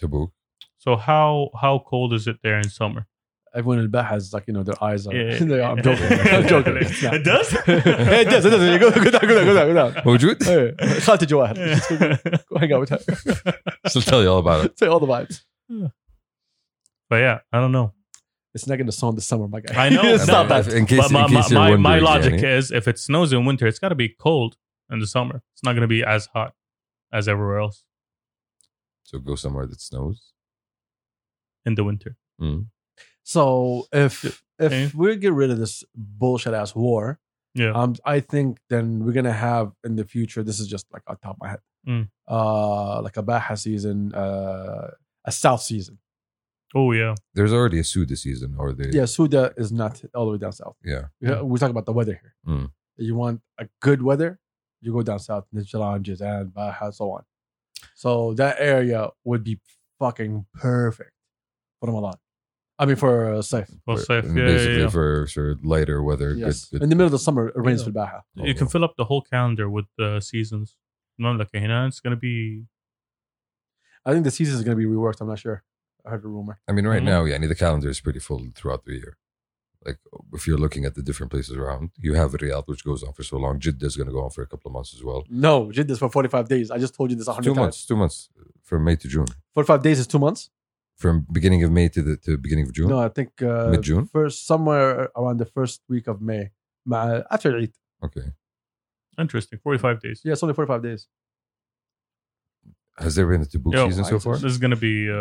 Speaker 2: Tabuk.
Speaker 3: So how how cold is it there in summer?
Speaker 1: Everyone in Al-Baha is like you know their eyes are.
Speaker 3: Yeah.
Speaker 1: they are I'm joking. I'm joking. It's not.
Speaker 3: it does.
Speaker 1: Yeah, it does. It does. Go go down. Go down. Go down. Go down.
Speaker 2: Mawjood?
Speaker 1: Hey, خالتي جواهر. Go hang out with her.
Speaker 2: She'll tell you all about it.
Speaker 1: Say all the vibes.
Speaker 3: but yeah, I don't know.
Speaker 1: It's not gonna sound this summer, my guy.
Speaker 3: I know.
Speaker 1: Stop
Speaker 2: No,
Speaker 1: that.
Speaker 2: if- In case,
Speaker 3: But my,
Speaker 2: in
Speaker 3: my,
Speaker 2: case you're
Speaker 3: my, my
Speaker 2: wondering,
Speaker 3: logic
Speaker 2: Yanni.
Speaker 3: is if it snows in winter, it's got to be cold in the summer. It's not going to be as hot as everywhere else
Speaker 2: So go somewhere that snows. Hmm.
Speaker 3: in the winter.
Speaker 1: So if
Speaker 3: Yeah.
Speaker 1: if we get rid of this bullshit ass war,
Speaker 3: Yeah.
Speaker 1: um, I think then we're gonna have in the future. This is just like on top of my head,
Speaker 3: Mm.
Speaker 1: uh, like a Baja season, uh, a South season.
Speaker 3: oh yeah.
Speaker 2: There's already a Suda season, or the
Speaker 1: Yeah, Suda is not all the way down south.
Speaker 2: yeah.
Speaker 1: Yeah, We're talking about the weather here.
Speaker 2: Mm.
Speaker 1: You want a good weather, you go down south, Nijalan, Jizan, Baja, so on. So that area would be fucking perfect for Ramadan. I mean, for uh, safe.
Speaker 3: Well,
Speaker 2: for-
Speaker 3: safe.
Speaker 2: and
Speaker 3: Yeah, yeah,
Speaker 2: basically
Speaker 3: yeah.
Speaker 2: for sure lighter weather.
Speaker 1: Yes.
Speaker 2: Good, Oh,
Speaker 1: In
Speaker 2: good.
Speaker 1: the middle of the summer, it rains
Speaker 3: Yeah.
Speaker 1: for Baja.
Speaker 3: You can fill up the whole calendar with the seasons. No, like, you know, it's going to be
Speaker 1: I think the season is going to be reworked. I'm not sure. I heard a rumor.
Speaker 2: I mean, right
Speaker 3: Mhm.
Speaker 2: now, yeah, the calendar is pretty full throughout the year. Like, if you're looking at the different places around, you have Riyadh, which goes on for so long. Jeddah is going to go on for a couple of months as well.
Speaker 1: No, did this for 45 days. I just told you this 100
Speaker 2: Two
Speaker 1: times.
Speaker 2: months, two months uh, from May to June,
Speaker 1: 45 days is two months?
Speaker 2: from beginning of May to the to beginning of June.
Speaker 1: No, I think uh,
Speaker 2: Mid-June?
Speaker 1: First, somewhere around the first week of May. مع- After Eid.
Speaker 2: Okay.
Speaker 3: interesting. 45 days.
Speaker 1: Yeah, it's only 45 days.
Speaker 2: Has there been a Tabuk
Speaker 3: Yo,
Speaker 2: season so far?
Speaker 3: This is going to be, uh,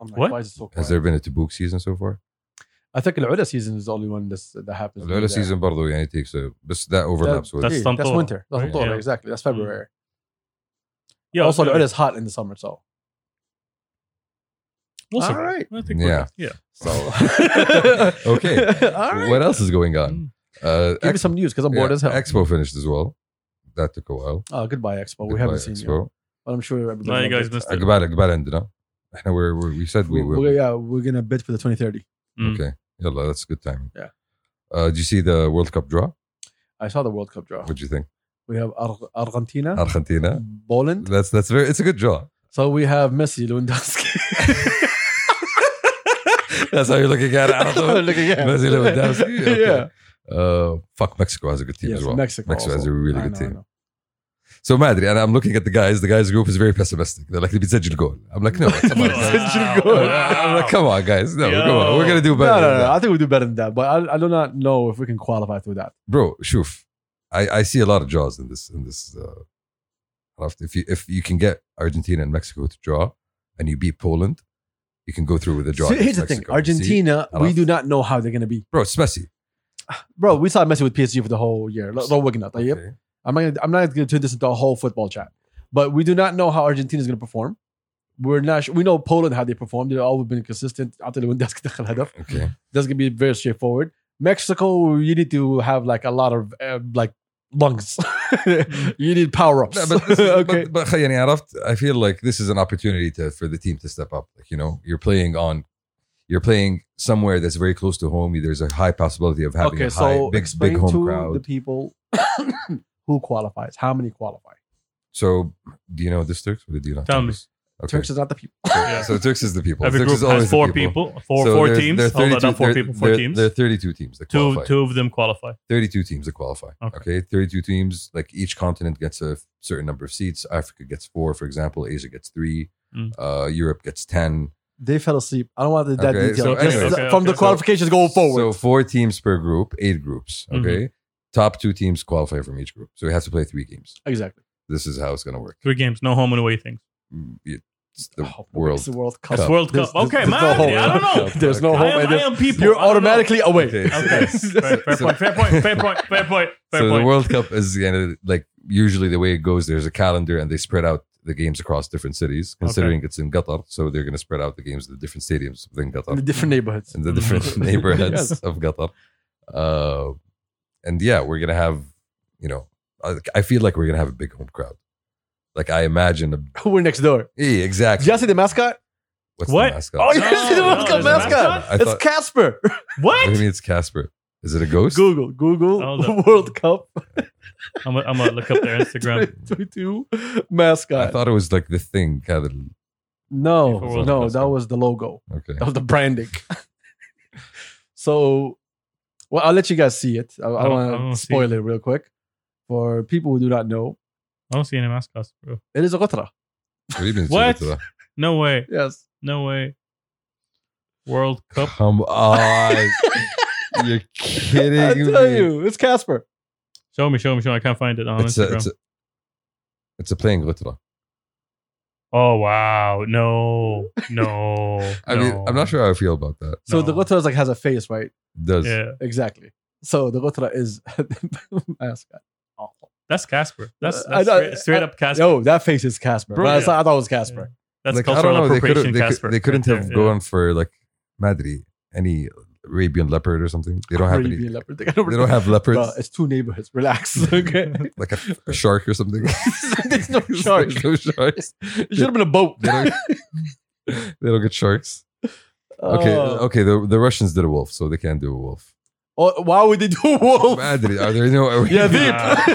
Speaker 1: I'm like,
Speaker 3: What?
Speaker 1: why is it so quiet?
Speaker 2: Has there been a Tabuk season so far?
Speaker 1: I think Al-Ula season is the only one that's, that happens.
Speaker 2: The other season, برضو, يعني, takes a, but that overlaps with.
Speaker 3: That's
Speaker 1: That's,
Speaker 3: Tantora,
Speaker 1: that's winter. That's
Speaker 2: right?
Speaker 1: Tantora,
Speaker 3: Yeah. Mm.
Speaker 1: exactly. That's February.
Speaker 3: yeah.
Speaker 1: also,
Speaker 3: it's gonna-
Speaker 1: Al-Ula is hot in the summer, so.
Speaker 3: we'll
Speaker 1: All
Speaker 3: survive.
Speaker 1: right.
Speaker 3: I think we're
Speaker 2: Yeah.
Speaker 3: good. yeah.
Speaker 1: So.
Speaker 2: Okay.
Speaker 1: All right.
Speaker 2: What else is going on?
Speaker 3: Mm.
Speaker 2: Uh,
Speaker 1: Give me some news because I'm bored
Speaker 2: yeah,
Speaker 1: as hell.
Speaker 2: Expo finished as well. That took a while.
Speaker 1: Oh, goodbye, Expo. we haven't seen you. But I'm sure everybody.
Speaker 3: No, you
Speaker 1: loved
Speaker 3: guys
Speaker 1: it.
Speaker 3: missed it.
Speaker 2: قبال قبال عندنا احنا we're, we're, we said we
Speaker 1: We're,
Speaker 2: will
Speaker 1: we're- yeah, we're going to bid for the 2030.
Speaker 3: Mm.
Speaker 2: okay يلا that's good timing
Speaker 1: Yeah.
Speaker 2: uh, did you see the World Cup draw
Speaker 1: I saw the World Cup draw.
Speaker 2: what do you think
Speaker 1: We have Ar- Argentina,
Speaker 2: Argentina
Speaker 1: Poland.
Speaker 2: that's that's very it's a good draw
Speaker 1: So we have Messi, Lewandowski.
Speaker 2: that's how you're looking at it I don't know.
Speaker 1: Look again.
Speaker 2: Messi, Lewandowski okay.
Speaker 1: Yeah.
Speaker 2: uh, fuck Mexico has a good team
Speaker 1: Yes,
Speaker 2: as well
Speaker 1: Mexico.
Speaker 2: has
Speaker 1: also.
Speaker 2: a really
Speaker 1: I
Speaker 2: good
Speaker 1: know, I
Speaker 2: team
Speaker 1: know.
Speaker 2: so ما ادري انا I'm looking at the guys the guys group is very pessimistic they're like اللي بتسجل جول I'm like no come on
Speaker 1: Wow.
Speaker 2: I'm like come on guys no come on we're gonna do
Speaker 1: No,
Speaker 2: better
Speaker 1: no,
Speaker 2: than
Speaker 1: no.
Speaker 2: that.
Speaker 1: I think we do better than that. But I, I do not know if we can qualify through that.
Speaker 2: bro شوف I, I see a lot of draws in this in this uh, draft. if you if you can get Argentina and Mexico to draw and you beat Poland you can go through with a draw
Speaker 1: See, here's
Speaker 2: against
Speaker 1: the thing
Speaker 2: Mexico. See?
Speaker 1: Argentina,
Speaker 2: I
Speaker 1: we
Speaker 2: love-
Speaker 1: do not know how they're going to be.
Speaker 2: bro it's Messi
Speaker 1: Bro, we saw Messi with PSG for the whole year. Lo- lo- Wigan, like, Oh, yep.
Speaker 2: Okay.
Speaker 1: I'm not, gonna, I'm not going to turn this into a whole football chat, but we do not know how Argentina is going to perform. We're not. Sure. We know Poland how they performed. They've always been consistent. After the Windows دخل هدف.
Speaker 2: okay
Speaker 1: That's going to be very straightforward. Mexico, you need to have like a lot of uh, like lungs. you need power ups.
Speaker 2: No, but, this is,
Speaker 1: okay.
Speaker 2: but, but خياني عرفت I feel like this is an opportunity to, for the team to step up like you know you're playing on you're playing somewhere that's very close to home there's a high possibility of having
Speaker 1: okay.
Speaker 2: a high
Speaker 1: So
Speaker 2: big
Speaker 1: explain
Speaker 2: big home
Speaker 1: to
Speaker 2: crowd
Speaker 1: the people who qualifies. How many qualify?
Speaker 2: so do you know this Turks or do you not
Speaker 3: Tell me.
Speaker 2: know this? okay
Speaker 1: Turks is not the people.
Speaker 3: Yeah.
Speaker 2: so Turks is the people
Speaker 3: Every
Speaker 2: Turks
Speaker 3: group
Speaker 2: is always
Speaker 3: has
Speaker 2: the
Speaker 3: four
Speaker 2: people.
Speaker 3: people, four,
Speaker 2: So
Speaker 3: four
Speaker 2: there's-
Speaker 3: teams.
Speaker 2: there are
Speaker 3: Hold on,
Speaker 2: 32
Speaker 3: not four
Speaker 2: there-
Speaker 3: people, four
Speaker 2: there-
Speaker 3: teams.
Speaker 2: There are 32 teams that
Speaker 3: two,
Speaker 2: qualify.
Speaker 3: two of them qualify.
Speaker 2: 32 teams that qualify.
Speaker 3: Okay.
Speaker 2: Okay. 32 teams, like each continent gets a f- certain number of seats. Africa gets four, for example. Asia gets three.
Speaker 3: Mm.
Speaker 2: Uh, Europe gets 10.
Speaker 1: They fell asleep. I don't want that
Speaker 2: Okay,
Speaker 1: detail.
Speaker 2: so
Speaker 1: Just
Speaker 2: anyway.
Speaker 1: the-
Speaker 3: Okay,
Speaker 1: from
Speaker 3: okay.
Speaker 1: the qualifications going forward.
Speaker 2: So four teams per group, eight groups.
Speaker 3: Mm-hmm.
Speaker 2: Okay. Top two teams qualify from each group. So we have to play three games.
Speaker 1: exactly.
Speaker 2: This is how it's going to work.
Speaker 3: Three games, no home and away things.
Speaker 2: Mm, It's the
Speaker 1: Oh,
Speaker 2: world.
Speaker 1: It's the World Cup.
Speaker 3: It's
Speaker 2: Cup.
Speaker 3: World Cup. okay, man.
Speaker 1: hope.
Speaker 3: I don't know.
Speaker 1: There's no
Speaker 2: Okay.
Speaker 1: hope.
Speaker 3: Oh, I am,
Speaker 1: and
Speaker 3: I
Speaker 1: there's-
Speaker 3: am people.
Speaker 1: You're
Speaker 3: I don't know.
Speaker 1: automatically away.
Speaker 2: Okay, so-
Speaker 3: Okay. fair, fair
Speaker 2: so-
Speaker 3: point. Fair point. Fair point. Fair point. Fair
Speaker 2: so
Speaker 3: point.
Speaker 2: the World Cup is you know, like usually the way it goes. There's a calendar, and they spread out the games across different cities, considering it's in Qatar. So they're going to spread out the games to the different stadiums within
Speaker 1: in
Speaker 2: Qatar
Speaker 1: the different neighborhoods.
Speaker 2: in the different neighborhoods
Speaker 1: Yes.
Speaker 2: of Qatar. Uh, and yeah, we're gonna have, you know, I, I feel like we're gonna have a big home crowd. Like I imagine, a,
Speaker 1: We're next door.
Speaker 2: Eh, exactly.
Speaker 1: Did y'all see the mascot?
Speaker 2: What's
Speaker 3: What?
Speaker 2: the mascot?
Speaker 1: Oh, you
Speaker 3: No,
Speaker 1: didn't see the
Speaker 3: no,
Speaker 1: mascot?
Speaker 3: there's a
Speaker 1: mascot.
Speaker 3: mascot?
Speaker 2: I
Speaker 1: It's
Speaker 2: thought-
Speaker 1: Casper.
Speaker 2: What do you
Speaker 3: What?
Speaker 2: mean it's Casper? Is it a ghost?
Speaker 1: Google, Google
Speaker 3: Hold up.
Speaker 1: World Cup
Speaker 3: I'm gonna I'm gonna look up their Instagram.
Speaker 1: 22
Speaker 2: I
Speaker 1: mascot.
Speaker 2: thought it was like the thing. Kind of,
Speaker 1: no,
Speaker 3: FIFA World
Speaker 1: no,
Speaker 2: Cup.
Speaker 1: that was the logo.
Speaker 2: okay.
Speaker 1: That was the branding. so, well, I'll let you guys see it. I, I,
Speaker 3: don't- Oh, I
Speaker 1: want
Speaker 3: don't
Speaker 1: to
Speaker 3: see
Speaker 1: spoil it real quick for people who do not know.
Speaker 3: I don't see any mascots, bro.
Speaker 1: It is a Qatra.
Speaker 2: What? do you mean it's
Speaker 3: What?
Speaker 2: a-
Speaker 3: No way.
Speaker 1: Yes.
Speaker 3: No way. World Cup.
Speaker 2: Come on, you're kidding
Speaker 1: I
Speaker 2: me.
Speaker 1: tell you, it's Casper.
Speaker 3: Show me, show me, show me. I can't find it on
Speaker 2: It's a,
Speaker 3: Instagram.
Speaker 2: it's a, it's a playing Ghatra.
Speaker 3: oh wow. No. No.
Speaker 2: I mean,
Speaker 3: no.
Speaker 2: I'm not sure how I feel about that.
Speaker 1: So the
Speaker 3: No.
Speaker 1: Qatra is like has a face, right?
Speaker 2: Does
Speaker 3: Yeah.
Speaker 1: Exactly. So the Qatra is mascot. Awful.
Speaker 3: That's Casper. That's,
Speaker 1: Uh, I
Speaker 3: that's
Speaker 1: know-
Speaker 3: straight, straight up Casper.
Speaker 1: Yo, that face is Casper.
Speaker 3: Bro,
Speaker 1: But I,
Speaker 3: yeah.
Speaker 1: saw- I thought it was Casper.
Speaker 3: that's
Speaker 2: like,
Speaker 3: cultural
Speaker 2: They
Speaker 3: appropriation
Speaker 2: couldn't, they,
Speaker 3: Casper.
Speaker 2: could, they couldn't
Speaker 3: right
Speaker 2: have
Speaker 3: there, yeah.
Speaker 2: gone for like Madri, any Arabian leopard or something. They don't have
Speaker 1: Arabian
Speaker 2: any.
Speaker 1: leopard.
Speaker 2: They don't have leopards.
Speaker 1: Bro, it's two neighborhoods. Relax. Okay.
Speaker 2: like a, a shark or something.
Speaker 1: There's no shark.
Speaker 2: There's no sharks.
Speaker 1: It should have been a boat.
Speaker 2: They don't, they don't get sharks. Okay, uh,
Speaker 1: Oh.
Speaker 2: okay. The, the Russians did a wolf, so they can't do a wolf.
Speaker 1: Oh, why would they do a wolf?
Speaker 2: Madri, are there no?
Speaker 1: Yeah,
Speaker 3: they-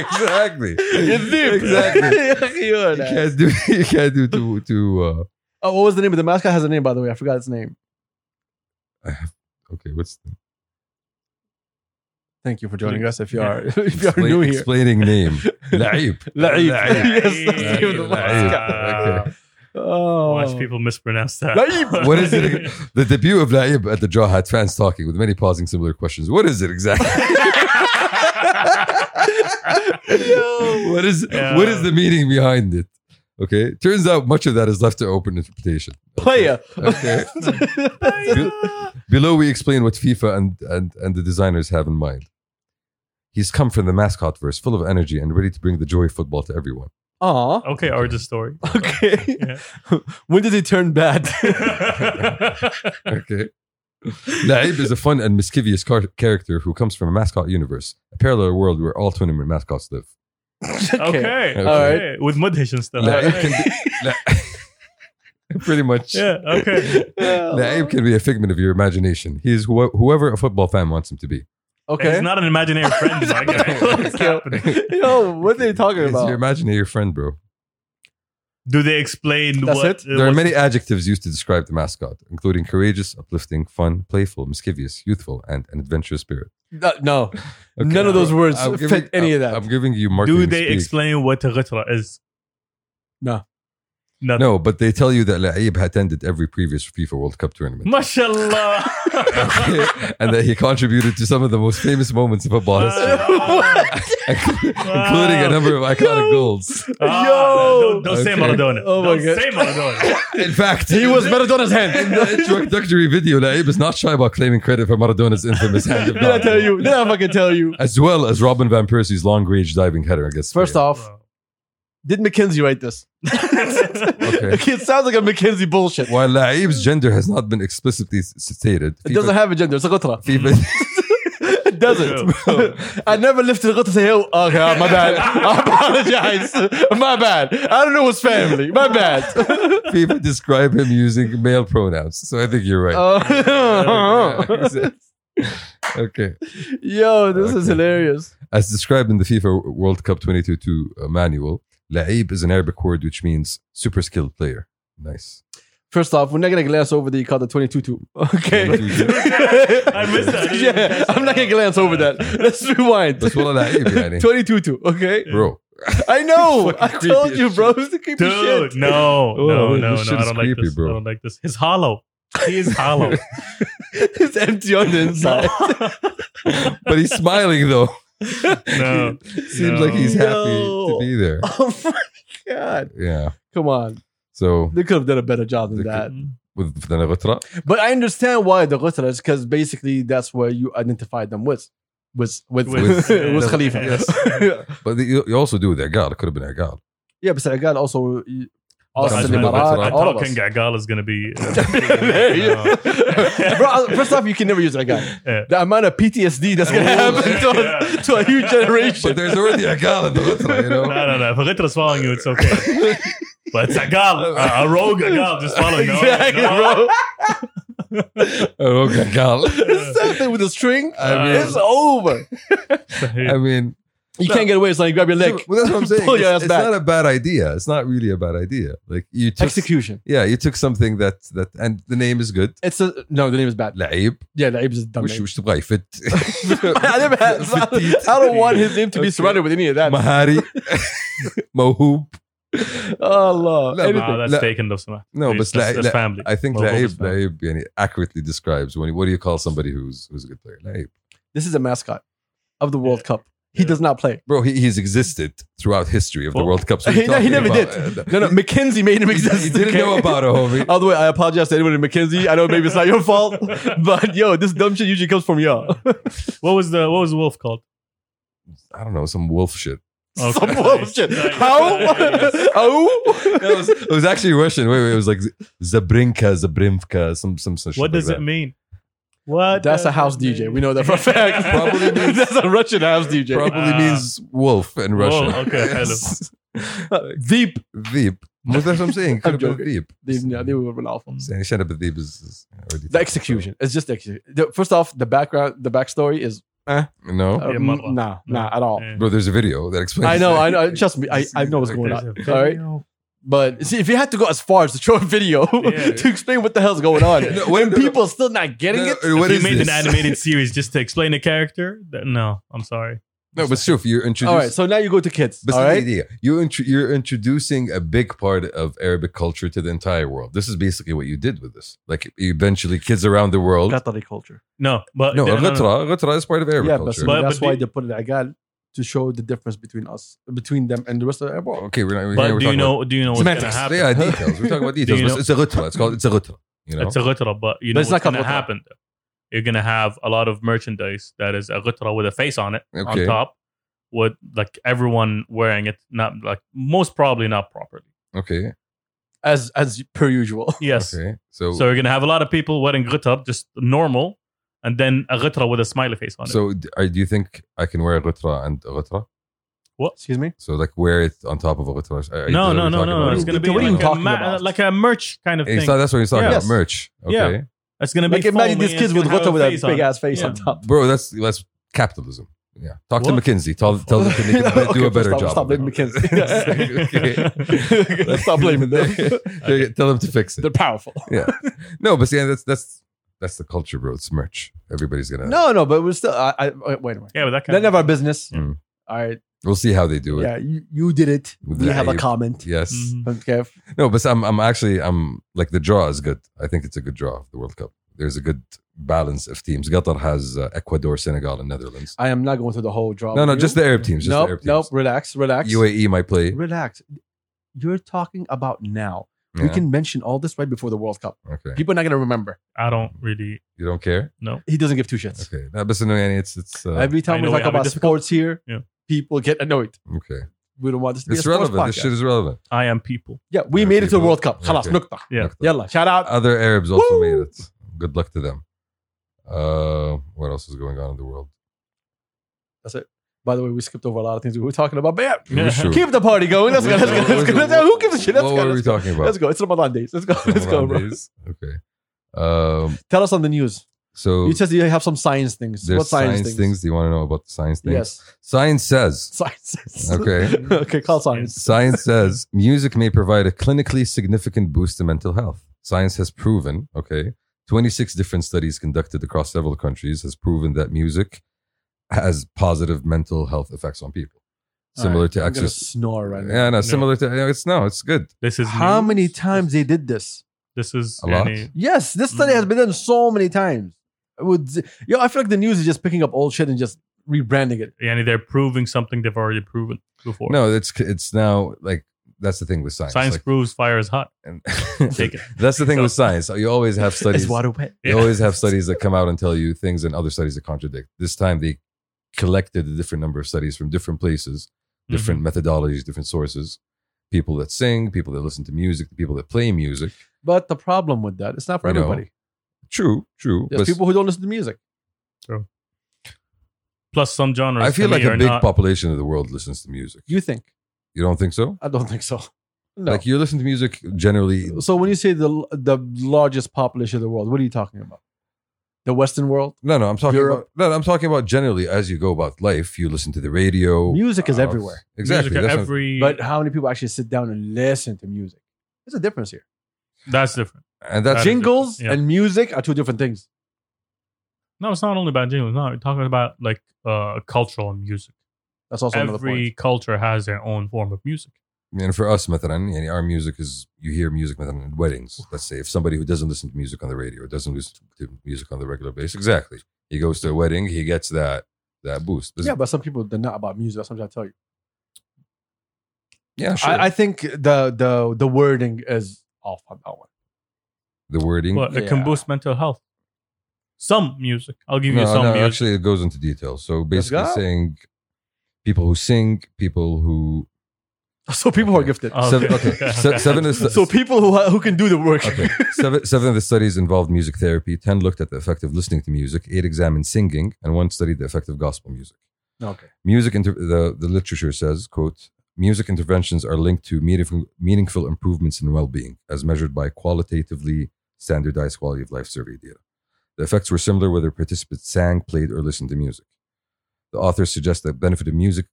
Speaker 2: exactly.
Speaker 1: Yadhib.
Speaker 2: Exactly.
Speaker 1: You're
Speaker 2: You
Speaker 1: an ass.
Speaker 2: can't do. You can't do two. two uh,
Speaker 1: oh, what was the name of the mascot? Has a name, by the way. I forgot its name.
Speaker 2: okay, what's the,
Speaker 1: Thank you for joining us. If you
Speaker 3: Yeah.
Speaker 1: are, if you are new here,
Speaker 2: explaining name? Laib.
Speaker 1: Laib.
Speaker 2: Laib.
Speaker 1: Yes, that's the name of the
Speaker 2: Laib.
Speaker 3: mascot.
Speaker 2: Okay.
Speaker 1: oh,
Speaker 3: Watch people mispronounce that.
Speaker 1: Laib.
Speaker 2: What is it? The debut of Laib at the Draw Hat fans talking with many pausing similar questions. What is it exactly?
Speaker 1: Yo.
Speaker 2: what is
Speaker 3: Yeah.
Speaker 2: what is the meaning behind it? Okay, turns out much of that is left to open interpretation.
Speaker 1: player.
Speaker 2: Okay, below we explain what FIFA and and and the designers have in mind. He's come from the mascot verse, full of energy and ready to bring the joy of football to everyone.
Speaker 1: Aw.
Speaker 3: okay, origin story.
Speaker 1: Okay.
Speaker 3: Yeah.
Speaker 1: When did it turn bad?
Speaker 2: Okay. Laib is a fun and mischievous car- character who comes from a mascot universe, a parallel world where all tournament mascots live.
Speaker 3: okay.
Speaker 2: Okay.
Speaker 3: All right. With mudhish and stuff.
Speaker 2: Laib
Speaker 3: Okay.
Speaker 2: can be, La- pretty much.
Speaker 3: Yeah. Okay.
Speaker 2: Laib can be a figment of your imagination. He is who- whoever a football fan wants him to be.
Speaker 1: Okay.
Speaker 3: It's not an imaginary friend, my guy. What's happening?
Speaker 1: Yo, what are you talking
Speaker 2: He's
Speaker 1: about?
Speaker 2: your imaginary friend, bro.
Speaker 3: Do they explain
Speaker 1: That's
Speaker 3: what?
Speaker 1: it?
Speaker 2: There are many adjectives used to describe the mascot, including courageous, uplifting, fun, playful, mischievous, youthful, and an adventurous spirit.
Speaker 1: No, no.
Speaker 2: Okay,
Speaker 1: None of those words
Speaker 2: I'm
Speaker 1: fit
Speaker 2: giving-
Speaker 1: any of that.
Speaker 2: I'm giving you marketing.
Speaker 3: Do they
Speaker 2: speak.
Speaker 3: explain what a ghitra is?
Speaker 1: No.
Speaker 3: Nothing.
Speaker 2: No, but they tell you that Laib attended every previous FIFA World Cup tournament.
Speaker 3: Mashallah.
Speaker 2: Okay, and that he contributed to some of the most famous moments in football history, including a number of iconic goals.
Speaker 3: Ah,
Speaker 1: Yo.
Speaker 3: Don't, don't say
Speaker 2: Okay.
Speaker 3: Maradona.
Speaker 1: Oh my
Speaker 3: don't
Speaker 1: God.
Speaker 3: say Maradona.
Speaker 2: In fact,
Speaker 1: he was Maradona's
Speaker 2: In
Speaker 1: hand.
Speaker 2: the introductory video, Laib is not shy about claiming credit for Maradona's infamous hand of
Speaker 1: Did I
Speaker 2: God,
Speaker 1: tell you? Did I fucking tell you?
Speaker 2: as well as Robin van Persie's long range diving header against.
Speaker 1: First
Speaker 2: Spain.
Speaker 1: off, did McKenzie write this?
Speaker 2: Okay.
Speaker 1: it sounds like a McKenzie bullshit.
Speaker 2: While Laib's gender has not been explicitly s- stated,
Speaker 1: It doesn't have a gender. It's a gutra.
Speaker 2: FIFA,
Speaker 1: It doesn't.
Speaker 2: Bro.
Speaker 1: I never lifted a gutra to say, oh, okay, my bad. I apologize. My bad. I don't know his family. My bad.
Speaker 2: FIFA describe him using male pronouns. So I think you're right.
Speaker 1: Oh. Uh,
Speaker 2: Yeah, exactly. okay.
Speaker 1: Yo, this is
Speaker 2: Okay.
Speaker 1: hilarious.
Speaker 2: As described in the FIFA World Cup 2022 uh, manual, Laib is an Arabic word which means super skilled player. Nice.
Speaker 1: First off, we're not gonna glance over the Qatar 22 2. Okay.
Speaker 2: 22.
Speaker 1: I
Speaker 3: missed that. I didn't
Speaker 1: yeah,
Speaker 3: catch
Speaker 1: I'm not gonna
Speaker 3: that.
Speaker 1: glance over that. Let's rewind.
Speaker 2: بس والله لعيب يعني.
Speaker 1: 22 2. Okay.
Speaker 2: Bro,
Speaker 1: I know.
Speaker 2: Fucking
Speaker 1: I
Speaker 2: creepy
Speaker 1: told
Speaker 2: as
Speaker 1: you,
Speaker 2: shit.
Speaker 1: bro. It's the creepy
Speaker 3: Dude,
Speaker 1: shit.
Speaker 3: no, no,
Speaker 2: Oh,
Speaker 3: no, no.
Speaker 2: this shit
Speaker 3: I
Speaker 2: is
Speaker 3: don't like
Speaker 2: creepy,
Speaker 3: this.
Speaker 2: bro.
Speaker 3: I don't like this. He's hollow. He is hollow.
Speaker 1: It's empty on the inside.
Speaker 2: but he's smiling though.
Speaker 3: No.
Speaker 2: Seems like he's happy to
Speaker 1: No.
Speaker 2: be there.
Speaker 1: Oh my god.
Speaker 2: Yeah.
Speaker 1: Come on.
Speaker 2: So
Speaker 1: They could have done a better job than
Speaker 2: They
Speaker 1: that.
Speaker 2: with the Navatra,
Speaker 1: But I understand why the Ghutras, because basically that's where you identify them with. With with with,
Speaker 2: With-
Speaker 1: Khalifa.
Speaker 3: Yes.
Speaker 2: but you you also do with Agal. It could have been Agal.
Speaker 1: Yeah, but Senegal also. Us,
Speaker 2: Comes
Speaker 1: the
Speaker 2: with the
Speaker 1: Imarat,
Speaker 2: veteran.
Speaker 1: all of
Speaker 3: talking
Speaker 1: us.
Speaker 3: Gagal is gonna be. uh,
Speaker 1: There you- Bro, first off, you can never use that guy.
Speaker 3: Yeah.
Speaker 1: The amount of PTSD that's gonna
Speaker 2: Oh,
Speaker 1: happen to,
Speaker 3: yeah.
Speaker 1: to a huge
Speaker 2: But
Speaker 1: generation.
Speaker 2: there's already a gal in the Ghatra, you know?
Speaker 3: no, no, no. If Ghitra is following you, it's okay. But Gagal, a, a rogue Gagal, just following. No,
Speaker 1: exactly,
Speaker 3: no.
Speaker 1: bro.
Speaker 2: Oh, okay, gal.
Speaker 1: It's something with a string.
Speaker 2: I mean-
Speaker 1: it's over.
Speaker 2: I mean,
Speaker 1: You can't get away. It's like grab your leg.
Speaker 2: so- well, that's what I'm saying.
Speaker 1: Pull your ass
Speaker 2: It's- it's
Speaker 1: back.
Speaker 2: not a bad idea. It's not really a bad idea. Like you took,
Speaker 1: Execution.
Speaker 2: yeah, you took something that that, and the name is good.
Speaker 1: It's a no. The name is bad.
Speaker 2: لعيب
Speaker 1: Yeah, the name is a dumb.
Speaker 2: وش
Speaker 1: Name.
Speaker 2: وش تبغى يفت
Speaker 1: I never had. I don't want his name to be
Speaker 2: Okay.
Speaker 1: surrounded with any of that.
Speaker 2: مهاري موهوب
Speaker 1: Allah,
Speaker 2: No,
Speaker 1: Oh, anything.
Speaker 3: No, that's
Speaker 2: لا.
Speaker 3: taken, though. Samah.
Speaker 2: No,
Speaker 3: Please,
Speaker 2: but
Speaker 3: that's,
Speaker 2: لا-
Speaker 3: that's
Speaker 2: لا-
Speaker 3: family.
Speaker 2: I think
Speaker 3: Well,
Speaker 2: لعيب
Speaker 3: well,
Speaker 2: لعيب يعني accurately describes when what do you call somebody who's who's a good player لعيب
Speaker 1: This is a mascot of the World Cup. He does not play.
Speaker 2: bro he, he's existed throughout history of the
Speaker 3: Well,
Speaker 2: World Cup so
Speaker 1: he-
Speaker 2: you're
Speaker 1: he
Speaker 2: talking
Speaker 1: never
Speaker 2: about- uh,
Speaker 1: No, no. McKenzie made him
Speaker 2: he,
Speaker 1: exist.
Speaker 2: he didn't
Speaker 1: okay?
Speaker 2: know about it homie
Speaker 1: By the way, I apologize to anyone in McKenzie. I know maybe it's not your fault, but yo, this dumb shit usually comes from y'all.
Speaker 3: What was the what was the wolf called?
Speaker 2: I don't know some wolf shit
Speaker 3: Okay.
Speaker 1: Some bullshit.
Speaker 3: Nice,
Speaker 1: How?
Speaker 3: nice.
Speaker 1: Oh?
Speaker 2: it was, it was actually Russian wait wait it was like Z- Zabrinka Zabrinka some some, some shit
Speaker 3: What
Speaker 2: like
Speaker 3: does it
Speaker 2: that.
Speaker 3: mean? What?
Speaker 1: That's a
Speaker 3: does
Speaker 1: house
Speaker 3: it
Speaker 1: DJ.
Speaker 3: mean?
Speaker 1: We know that for a fact.
Speaker 2: Probably means-
Speaker 1: that's a Russian house DJ.
Speaker 2: probably
Speaker 3: Ah.
Speaker 2: means wolf in
Speaker 3: Wolf,
Speaker 2: Russian
Speaker 3: okay, hello.
Speaker 1: Deep.
Speaker 2: ذيب Well, that's what I'm saying
Speaker 1: I'm
Speaker 2: could have been ذيب
Speaker 1: They, yeah, they would have been awful.
Speaker 2: يعني شنب الذيب is- is already-
Speaker 1: The execution. It's just the execution. The- first off, the background, the backstory is
Speaker 2: No,
Speaker 1: uh,
Speaker 3: Yeah,
Speaker 1: nah,
Speaker 3: Marwa.
Speaker 1: nah, at all.
Speaker 3: Yeah.
Speaker 2: bro. There's a video that explains.
Speaker 1: I know,
Speaker 2: that.
Speaker 1: I know. Trust me, I, I know what's going
Speaker 3: There's
Speaker 1: on.
Speaker 3: a
Speaker 1: All right.
Speaker 3: video.
Speaker 1: But see, if you had to go as far as to show a video
Speaker 3: Yeah.
Speaker 1: to explain what the hell's going on,
Speaker 2: No, wait,
Speaker 1: when
Speaker 2: no, no.
Speaker 1: people are still not getting
Speaker 2: No,
Speaker 1: it,
Speaker 2: no, what
Speaker 3: if
Speaker 2: is
Speaker 3: you made
Speaker 2: this?
Speaker 3: an animated series just to explain a character, that, no, I'm sorry.
Speaker 2: No, but Shuf, you're introducing.
Speaker 1: all right. So now you go to kids.
Speaker 2: but
Speaker 1: all
Speaker 2: that's the
Speaker 1: right.
Speaker 2: idea. You intro- you're introducing a big part of Arabic culture to the entire world. This is basically what you did with this. Like eventually, kids around the world.
Speaker 1: Qatari culture.
Speaker 3: No, but
Speaker 2: No,
Speaker 3: no, no.
Speaker 2: Ghatra, Ghatra is part of Arabic
Speaker 1: yeah, but,
Speaker 2: culture.
Speaker 1: see,
Speaker 3: But-
Speaker 1: that's
Speaker 3: but
Speaker 1: why
Speaker 3: do-
Speaker 1: they put it agal to show the difference between us, between them and the rest of the world.
Speaker 2: okay, we're not. We're,
Speaker 3: But
Speaker 2: here, we're
Speaker 3: do you
Speaker 2: talking
Speaker 3: know? Do you know what's going to
Speaker 1: Semantics.
Speaker 2: About,
Speaker 3: happen?
Speaker 2: yeah, details. We're talking about details.
Speaker 3: you
Speaker 2: but
Speaker 3: know-
Speaker 2: it's a Ghatra. It's called. It's a Ghatra. You know.
Speaker 3: It's a ghitra, but you
Speaker 1: But
Speaker 3: know
Speaker 1: it's
Speaker 3: what's
Speaker 1: not
Speaker 3: going to
Speaker 1: kafatra.
Speaker 3: happen. though. You're going to have a lot of merchandise that is a ghitra with a face on it
Speaker 2: Okay.
Speaker 3: on top, with like everyone wearing it, not like most probably not properly.
Speaker 2: okay.
Speaker 1: As as per usual.
Speaker 3: Yes.
Speaker 2: Okay.
Speaker 3: So
Speaker 2: So. So,
Speaker 3: you're going to have a lot of people wearing ghitra, just normal, and then a ghitra with a smiley face on it.
Speaker 2: d- I- do you think I can wear a Ghatra and a Ghatra?
Speaker 1: Excuse me. So
Speaker 2: So like wear it on top of a Ghatra? I- I-
Speaker 3: No,
Speaker 2: is that
Speaker 3: no,
Speaker 2: what
Speaker 3: no,
Speaker 2: we're talking
Speaker 3: no, no.
Speaker 2: about?
Speaker 3: It's going to be
Speaker 1: What are you
Speaker 3: like a,
Speaker 1: talking
Speaker 3: ma- uh,
Speaker 1: about?
Speaker 3: like a merch kind of
Speaker 2: It's
Speaker 3: thing.
Speaker 2: not, that's what he's talking
Speaker 1: Yeah.
Speaker 2: about. Merch. Okay.
Speaker 3: Yeah. It's going to be
Speaker 1: like imagine
Speaker 3: foamy,
Speaker 1: these kids
Speaker 3: it's
Speaker 1: with
Speaker 3: gonna have
Speaker 1: Ghota with
Speaker 3: face
Speaker 1: that
Speaker 3: on
Speaker 1: big
Speaker 3: it.
Speaker 1: ass face
Speaker 3: Yeah.
Speaker 1: on top.
Speaker 2: Bro, that's that's capitalism. Yeah. Talk
Speaker 3: What?
Speaker 2: to McKinsey. Tell tell them to make it,
Speaker 1: Okay,
Speaker 2: do a better
Speaker 1: stop-
Speaker 2: job.
Speaker 1: stop
Speaker 2: of it.
Speaker 1: blaming McKinsey. Let's stop blaming them.
Speaker 2: Okay, Tell them to fix it.
Speaker 1: They're powerful.
Speaker 2: No, but see, that's that's that's the culture, bro. It's merch. Everybody's gonna.
Speaker 1: No, no, but we're still. I, I wait, wait a minute.
Speaker 3: Yeah, but that kind
Speaker 1: None of our business.
Speaker 2: Mm.
Speaker 1: All right.
Speaker 2: We'll see how they do it.
Speaker 1: Yeah, you, you did it.
Speaker 2: With
Speaker 1: We
Speaker 2: the
Speaker 1: have a
Speaker 2: ape.
Speaker 1: comment.
Speaker 2: Yes.
Speaker 3: Mhm.
Speaker 1: Okay.
Speaker 2: No, but I'm I'm actually I'm like the draw is good. I think it's a good draw of the World Cup. There's a good balance of teams. Qatar has uh, Ecuador, Senegal, and Netherlands.
Speaker 1: I am not going through the whole drama.
Speaker 2: No, no, just the Arab teams. Just the
Speaker 1: Oh, Nope,
Speaker 2: Arab
Speaker 1: nope.
Speaker 2: teams.
Speaker 1: Relax, relax.
Speaker 2: UAE might play.
Speaker 1: Relax. You're talking about now. We
Speaker 2: Yeah.
Speaker 1: can mention all this right before the World Cup.
Speaker 2: Okay.
Speaker 1: People are not going to remember.
Speaker 3: I don't really
Speaker 2: You don't care?
Speaker 1: He doesn't give two shits.
Speaker 2: Okay. No, but so no, yani, it's it's uh,
Speaker 1: Every
Speaker 3: I
Speaker 1: time we
Speaker 3: know
Speaker 1: talk
Speaker 3: we have a
Speaker 1: about
Speaker 3: difficult-
Speaker 1: sports here,
Speaker 3: Yeah.
Speaker 1: people get annoyed.
Speaker 2: okay.
Speaker 1: We don't want this to be
Speaker 2: It's
Speaker 1: a sports
Speaker 2: relevant. This
Speaker 1: podcast.
Speaker 2: shit is relevant.
Speaker 3: I am people.
Speaker 1: Yeah, we
Speaker 2: Yeah,
Speaker 1: made it to the
Speaker 2: people-
Speaker 1: World Cup.
Speaker 2: Yeah,
Speaker 1: Khalas,
Speaker 2: okay.
Speaker 1: nukta.
Speaker 3: Yeah.
Speaker 2: Look,
Speaker 1: Yalla, shout out.
Speaker 2: Other Arabs also
Speaker 1: Woo!
Speaker 2: made it. Good luck to them. Uh, what else is going on in the world?
Speaker 1: That's it. By the way, we skipped over a lot of things we were talking about, but yeah,
Speaker 3: Yeah.
Speaker 2: Who's who?
Speaker 1: keep the party going. Let's go. Let's go. Let's go. Let's go. Who gives a shit? Let's
Speaker 2: what
Speaker 1: go.
Speaker 2: were we
Speaker 1: Let's go.
Speaker 2: talking about?
Speaker 1: Let's go. It's Ramadan days. Let's go. Let's go,
Speaker 2: Ramadan
Speaker 1: bro.
Speaker 2: days? Okay. Um,
Speaker 1: Tell us on the news.
Speaker 2: so
Speaker 1: You said you have some science things.
Speaker 2: there's
Speaker 1: What science,
Speaker 2: science, things. Do you want to know about the science things?
Speaker 1: Yes.
Speaker 2: Science says.
Speaker 1: Sciences.
Speaker 2: Okay.
Speaker 1: okay, call science.
Speaker 2: Science says music may provide a clinically significant boost to mental health. Science has proven, okay, 26 different studies conducted across several countries has proven that music has positive mental health effects on people. Similar to
Speaker 1: I'm gonna
Speaker 2: exercise.
Speaker 1: snore right now.
Speaker 2: Yeah, no, similar to no, it's no, it's good.
Speaker 3: This is
Speaker 1: How
Speaker 3: news.
Speaker 1: many times they did this?
Speaker 3: This is
Speaker 2: A lot.
Speaker 3: any-
Speaker 1: Yes, this study
Speaker 2: Hmm.
Speaker 1: has been done so many times. I would yo, I feel like the news is just picking up old shit and just rebranding it.
Speaker 3: Yani they're proving something they've already proven before.
Speaker 2: No, it's it's now like that's the thing with science.
Speaker 3: Science
Speaker 2: like-
Speaker 3: proves fire is hot.
Speaker 2: and-
Speaker 3: Take it.
Speaker 2: that's the thing with science. You always have
Speaker 1: It's
Speaker 2: studies.
Speaker 1: water wet?
Speaker 2: You
Speaker 3: Yeah.
Speaker 2: always have studies that come out and tell you things, and other studies that contradict. This time they
Speaker 3: Mm-hmm.
Speaker 2: collected a different number of studies from different places, different methodologies, different sources, people that sing, people that listen to music, the people that play music.
Speaker 1: But the problem with that, it's not for
Speaker 2: You know,
Speaker 1: everybody.
Speaker 2: True, true.
Speaker 1: There's
Speaker 2: but
Speaker 1: people who don't listen to music.
Speaker 3: Mm-hmm. Plus, some genres.
Speaker 2: I feel
Speaker 3: to
Speaker 2: like
Speaker 3: me
Speaker 2: a
Speaker 3: are
Speaker 2: big
Speaker 3: not-
Speaker 2: population of the world listens to music.
Speaker 1: You think?
Speaker 2: You don't think so?
Speaker 1: I don't think so. No.
Speaker 2: Like you listen to music generally.
Speaker 1: so when you say the the largest population of the world, what are you talking about? The Western world?
Speaker 2: No, no, I'm talking
Speaker 1: Europe.
Speaker 2: about. No, I'm talking about generally as you go about life. You listen to the radio.
Speaker 1: Music is
Speaker 2: uh,
Speaker 1: everywhere.
Speaker 2: Exactly.
Speaker 3: music,
Speaker 2: That's what-
Speaker 3: every
Speaker 1: But how many people actually sit down and listen to music? There's a difference here.
Speaker 3: that's different.
Speaker 2: and that's
Speaker 3: That is
Speaker 1: Jingles
Speaker 3: different, yeah.
Speaker 1: and music are two different things.
Speaker 3: No, it's not only about jingles. No, we're talking about like uh, cultural music.
Speaker 1: That's also another
Speaker 3: Every
Speaker 1: point.
Speaker 3: culture has their own form of music.
Speaker 2: and for us, مثلا, يعني, our music is you hear music مثلا, at weddings. Let's say if somebody who doesn't listen to music on the radio, doesn't listen to music on the regular basis, exactly. He goes to a wedding, he gets that that boost.
Speaker 1: Yeah, but some people they're not about music. That's what I'm trying to tell you.
Speaker 2: yeah, sure.
Speaker 1: I, I think the the the wording is off on that one.
Speaker 2: the wording.
Speaker 3: But it can
Speaker 1: Yeah.
Speaker 3: boost mental health. Some music. I'll give you
Speaker 2: no,
Speaker 3: some
Speaker 2: no,
Speaker 3: music.
Speaker 2: actually, it goes into detail. So basically,
Speaker 1: go.
Speaker 2: saying people who sing, people who
Speaker 1: So people who are gifted.
Speaker 3: Oh,
Speaker 2: seven,
Speaker 3: okay.
Speaker 2: okay, Uh, se- seven is
Speaker 1: so people who who can do the work.
Speaker 2: Okay. Seven, seven of the studies involved music therapy. Ten looked at the effect of listening to music. Eight examined singing, and one studied the effect of gospel music.
Speaker 1: okay.
Speaker 2: Music, inter- the the literature says, quote, music interventions are linked to meaningful, meaningful improvements in well-being, as measured by qualitatively standardized quality of life survey data. The effects were similar whether participants sang, played, or listened to music. The authors suggest that benefit of music.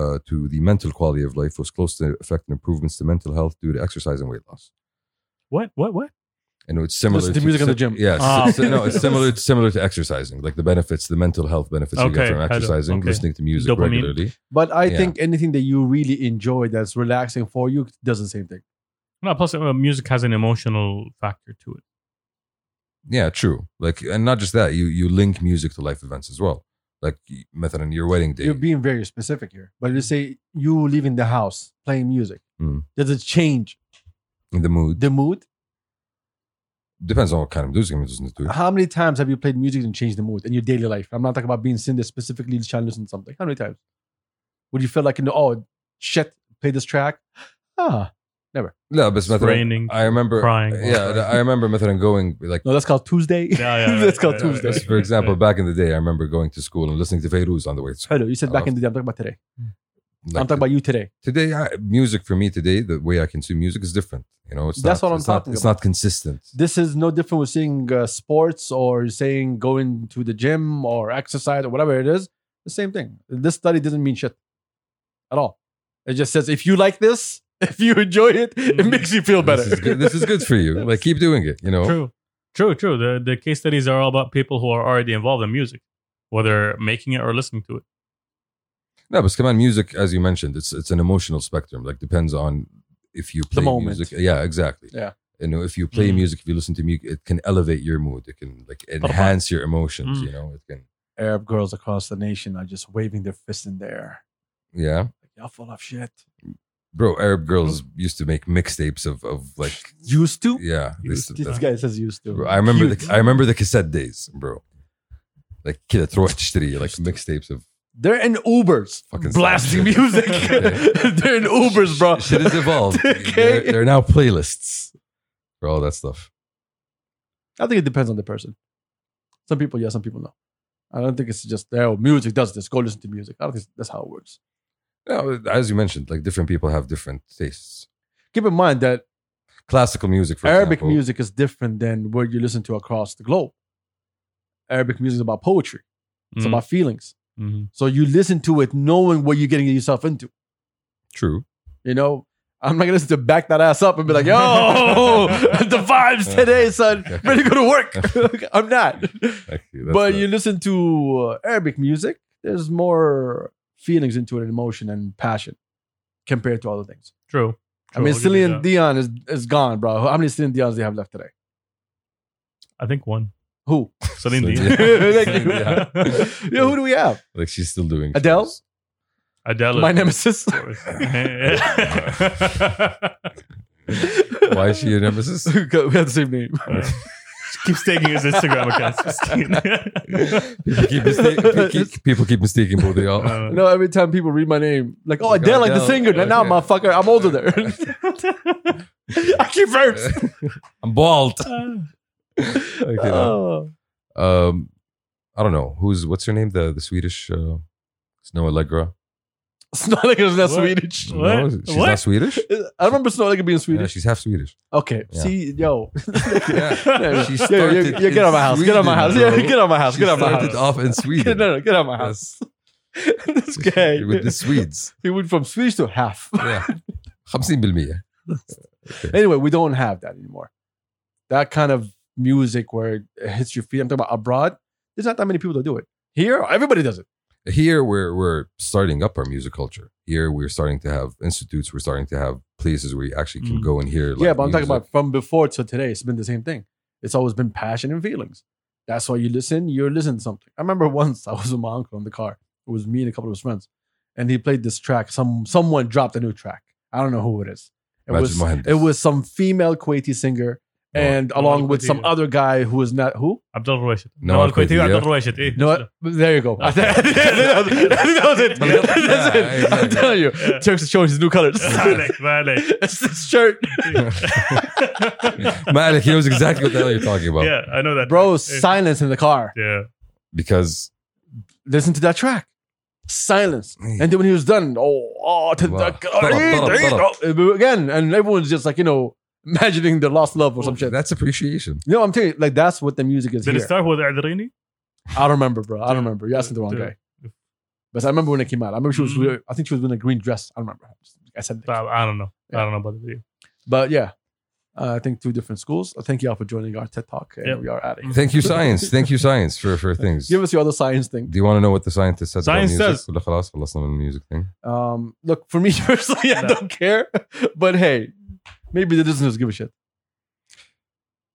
Speaker 2: Uh, to the mental quality of life was close to effect and improvements to mental health due to exercise and weight loss.
Speaker 3: What? What? What?
Speaker 2: And it's similar
Speaker 1: Listen to music in the gym.
Speaker 2: Yeah,
Speaker 3: Ah,
Speaker 2: s- s- no, it's
Speaker 3: okay.
Speaker 2: similar. It's similar to exercising, like the benefits, the mental health benefits you
Speaker 3: Okay,
Speaker 2: get
Speaker 3: I
Speaker 2: from
Speaker 3: don't-
Speaker 2: exercising,
Speaker 3: okay.
Speaker 2: listening to music
Speaker 3: Dopamine.
Speaker 2: regularly.
Speaker 1: But I
Speaker 2: Yeah.
Speaker 1: think anything that you really enjoy that's relaxing for you does the same thing.
Speaker 3: No. Plus, uh, music has an emotional factor to it.
Speaker 2: Yeah, true. Like, and not just that, you you link music to life events as well. Like, y- method on your wedding day.
Speaker 1: You're being very specific here. But you say you leaving the house playing music.
Speaker 2: Mm.
Speaker 1: Does it change
Speaker 2: in the mood
Speaker 1: the mood?
Speaker 2: depends on what kind of music I'm listening to.
Speaker 1: How many times have you played music and changed the mood in your daily life? I'm not talking about being sitting there specifically trying to listen to something. How many times? Would you feel like, you know, oh, shit, play this track? Ah,
Speaker 2: No, but
Speaker 3: It's
Speaker 2: method-
Speaker 3: raining.
Speaker 2: I remember
Speaker 3: crying.
Speaker 2: Yeah, I remember method on going like.
Speaker 1: no, that's called Tuesday.
Speaker 3: Yeah, yeah,
Speaker 1: that's
Speaker 3: right,
Speaker 1: called
Speaker 3: right, right,
Speaker 1: Tuesday.
Speaker 3: right.
Speaker 2: For example, back in the day, I remember going to school and listening to Feyruz on the way to school.
Speaker 1: Hello, you said back in the day. I'm talking about today. I'm
Speaker 2: Like,
Speaker 1: talking about you today.
Speaker 2: today I, music for me today the way i consume music is different you know it's
Speaker 1: That's
Speaker 2: not,
Speaker 1: what I'm
Speaker 2: it's
Speaker 1: talking
Speaker 2: not, it's
Speaker 1: about.
Speaker 2: not consistent
Speaker 1: This is no different with saying uh, sports or saying going to the gym or exercise or whatever it is. The same thing. This study doesn't mean shit at all. It just says if you like this, if you enjoy it, it
Speaker 3: Mhm.
Speaker 1: makes you feel better.
Speaker 2: this is good, this is good for you like keep doing it you know
Speaker 3: True, true, true. The the case studies are all about people who are already involved in music, whether making it or listening to it.
Speaker 2: no but come on music as you mentioned it's it's an emotional spectrum like depends on if you play
Speaker 1: moment.
Speaker 2: music yeah exactly
Speaker 1: Yeah.
Speaker 2: you know if you play
Speaker 3: Mm.
Speaker 2: music if you listen to music it can elevate your mood it can like enhance your emotions
Speaker 3: Mm.
Speaker 2: you know it can
Speaker 1: Arab girls across the nation are just waving their fists in the air.
Speaker 2: yeah
Speaker 1: Like, Y'all full of shit.
Speaker 2: bro arab
Speaker 1: Mm.
Speaker 2: girls used to make mixtapes of of like
Speaker 1: Used to?
Speaker 2: yeah
Speaker 1: Used
Speaker 2: this-
Speaker 1: to. this guy says used to.
Speaker 2: Bro, I remember
Speaker 1: Cute.
Speaker 2: the I remember the cassette days, bro. Like كده تروح تشتري like mixtapes of
Speaker 1: They're in Ubers
Speaker 2: Fucking
Speaker 1: blasting
Speaker 2: sound.
Speaker 1: music.
Speaker 2: Yeah.
Speaker 1: They're in Ubers, bro.
Speaker 2: shit has evolved.
Speaker 1: Okay.
Speaker 2: There, there are now playlists for all that stuff.
Speaker 1: I think it depends on the person. Some people, yeah, some people no. I don't think it's just oh, music does this. Go listen to music. I don't think that's how it works.
Speaker 2: Now, as you mentioned, like different people have different tastes.
Speaker 1: Keep in mind that
Speaker 2: Classical music, for
Speaker 1: Arabic
Speaker 2: example,
Speaker 1: music is different than where you listen to across the globe. Arabic music is about poetry. It's
Speaker 3: Mhm.
Speaker 2: Mm-hmm.
Speaker 1: about feelings.
Speaker 3: Mhm.
Speaker 1: So you listen to it knowing what you're getting yourself into.
Speaker 2: True.
Speaker 1: You know, I'm not gonna listen to back that ass up and be like, yo, the vibes today, son. Ready to go to work. I'm not.
Speaker 2: Like, that's
Speaker 1: but
Speaker 2: the-
Speaker 1: you listen to uh, Arabic music, there's more feelings into it, and emotion and passion compared to other things.
Speaker 3: True.
Speaker 1: I
Speaker 3: True,
Speaker 1: mean,
Speaker 3: I'll give you
Speaker 1: Celine
Speaker 3: that.
Speaker 1: Dion is, is gone, bro. How many Celine Dion's do you have left today?
Speaker 3: I think one.
Speaker 1: Who?
Speaker 3: Celine Dion.
Speaker 2: Celine
Speaker 1: Thank you.
Speaker 2: Yeah.
Speaker 1: Yeah, who do we have?
Speaker 2: like she's still doing
Speaker 1: Adele?
Speaker 2: shows.
Speaker 3: Adele.
Speaker 1: My nemesis.
Speaker 3: Why
Speaker 2: Why is she your nemesis?
Speaker 1: we had the same name.
Speaker 3: keeps taking his Instagram accounts. Christine.
Speaker 2: people keep mistaking keep, people keep mistaking who they are.
Speaker 3: Uh,
Speaker 1: No, every time people read my name, like, oh,
Speaker 2: Like
Speaker 1: Adele, like the
Speaker 2: Adele.
Speaker 1: singer. Now, Now,
Speaker 2: Okay.
Speaker 1: motherfucker, I'm older there. I keep first.
Speaker 2: I'm bald.
Speaker 3: uh,
Speaker 2: Okay, no.
Speaker 1: Oh.
Speaker 2: um, I don't know who's what's her name. The the Swedish uh, Snow Allegra.
Speaker 1: Snow Allegra's not
Speaker 3: What?
Speaker 1: Swedish.
Speaker 2: No,
Speaker 3: What?
Speaker 2: she's
Speaker 3: What?
Speaker 2: not Swedish.
Speaker 1: I remember Snow Allegra being
Speaker 2: Yeah,
Speaker 1: Swedish.
Speaker 2: she's half Swedish.
Speaker 1: okay,
Speaker 2: Yeah.
Speaker 1: see, yo.
Speaker 2: Yeah. She
Speaker 1: Yeah, yeah,
Speaker 2: started
Speaker 1: yeah, get out of my house. Get out of my house. Yeah, get out of my house.
Speaker 2: She
Speaker 1: Get out of my
Speaker 2: started
Speaker 1: house.
Speaker 2: off in
Speaker 1: Get,
Speaker 2: Sweden.
Speaker 1: no, no, get out of my house.
Speaker 2: Yes.
Speaker 1: this guy.
Speaker 2: with the Swedes.
Speaker 1: He went from Swedish to half.
Speaker 2: Yeah. 50%.
Speaker 1: anyway, we don't have that anymore. That kind of music where it hits your feet. I'm talking about abroad. There's not that many people that do it. Here, everybody does it.
Speaker 2: Here we're we're starting up our music culture. Here we're starting to have institutes. We're starting to have places where you actually can
Speaker 3: Mm.
Speaker 2: go and hear.
Speaker 1: yeah,
Speaker 2: live
Speaker 1: but I'm talking
Speaker 2: music.
Speaker 1: about from before to today. It's been the same thing. It's always been passion and feelings. That's why you listen. You're listening to something. I remember once I was with my uncle in the car. It was me and a couple of his friends, and he played this track. Some someone dropped a new track. I don't know who it is. It
Speaker 2: Imagine
Speaker 1: was
Speaker 2: Mohandas.
Speaker 1: it was some female Kuwaiti singer,
Speaker 2: No,
Speaker 1: and
Speaker 3: Noel
Speaker 1: along with some
Speaker 3: Kuwaiti.
Speaker 1: other guy who is not who.
Speaker 3: Abdul Rashid.
Speaker 2: No,
Speaker 3: No,
Speaker 2: I'll quit
Speaker 3: Al-Kuwaiti,
Speaker 2: you, yeah.
Speaker 3: Abdul Rashid. eh?
Speaker 1: No, what? there you go. I think I think that was I think that was it. That's it. I'm telling you,
Speaker 3: Yeah.
Speaker 1: Turks is showing his new colors.
Speaker 3: Malik, Malik.
Speaker 1: it's this shirt,
Speaker 2: Malik, he knows exactly what the hell you're talking about.
Speaker 3: yeah, I know that.
Speaker 1: bro.
Speaker 3: Eh,
Speaker 1: Silence in the car.
Speaker 3: yeah.
Speaker 2: Because
Speaker 1: Listen to that track. Silence. And then when he was done, oh, oh, to
Speaker 2: Wow.
Speaker 1: the, oh, eh, eh, again, and everyone's just like you know imagining their lost love or some shit.
Speaker 2: that's appreciation.
Speaker 1: You know, I'm telling you, like that's what the music is
Speaker 3: Did it
Speaker 1: here.
Speaker 3: start with Adrini?
Speaker 1: I don't remember, bro. I don't
Speaker 3: Yeah.
Speaker 1: remember. You're asking the wrong
Speaker 3: Yeah.
Speaker 1: guy. But I remember when it came out. I remember she was.
Speaker 3: Mhm.
Speaker 1: wearing- I think she was wearing a green dress. I don't remember. I said. that.
Speaker 3: I I don't know.
Speaker 1: Yeah.
Speaker 3: I don't know about the video.
Speaker 1: But yeah, uh, I think two different schools. Uh, Thank you all for joining our TED Talk. And
Speaker 3: Yep.
Speaker 1: we are at it.
Speaker 2: Thank you, science. Thank you, science, for, for things.
Speaker 1: Give us your other science thing.
Speaker 2: Do you want to know what the scientist says
Speaker 3: Science
Speaker 2: about music?
Speaker 3: says-
Speaker 2: ولا خلاص خلصنا من music thing.
Speaker 1: Um, look, for me personally, I
Speaker 3: No.
Speaker 1: don't care. But hey, maybe the listeners give a shit.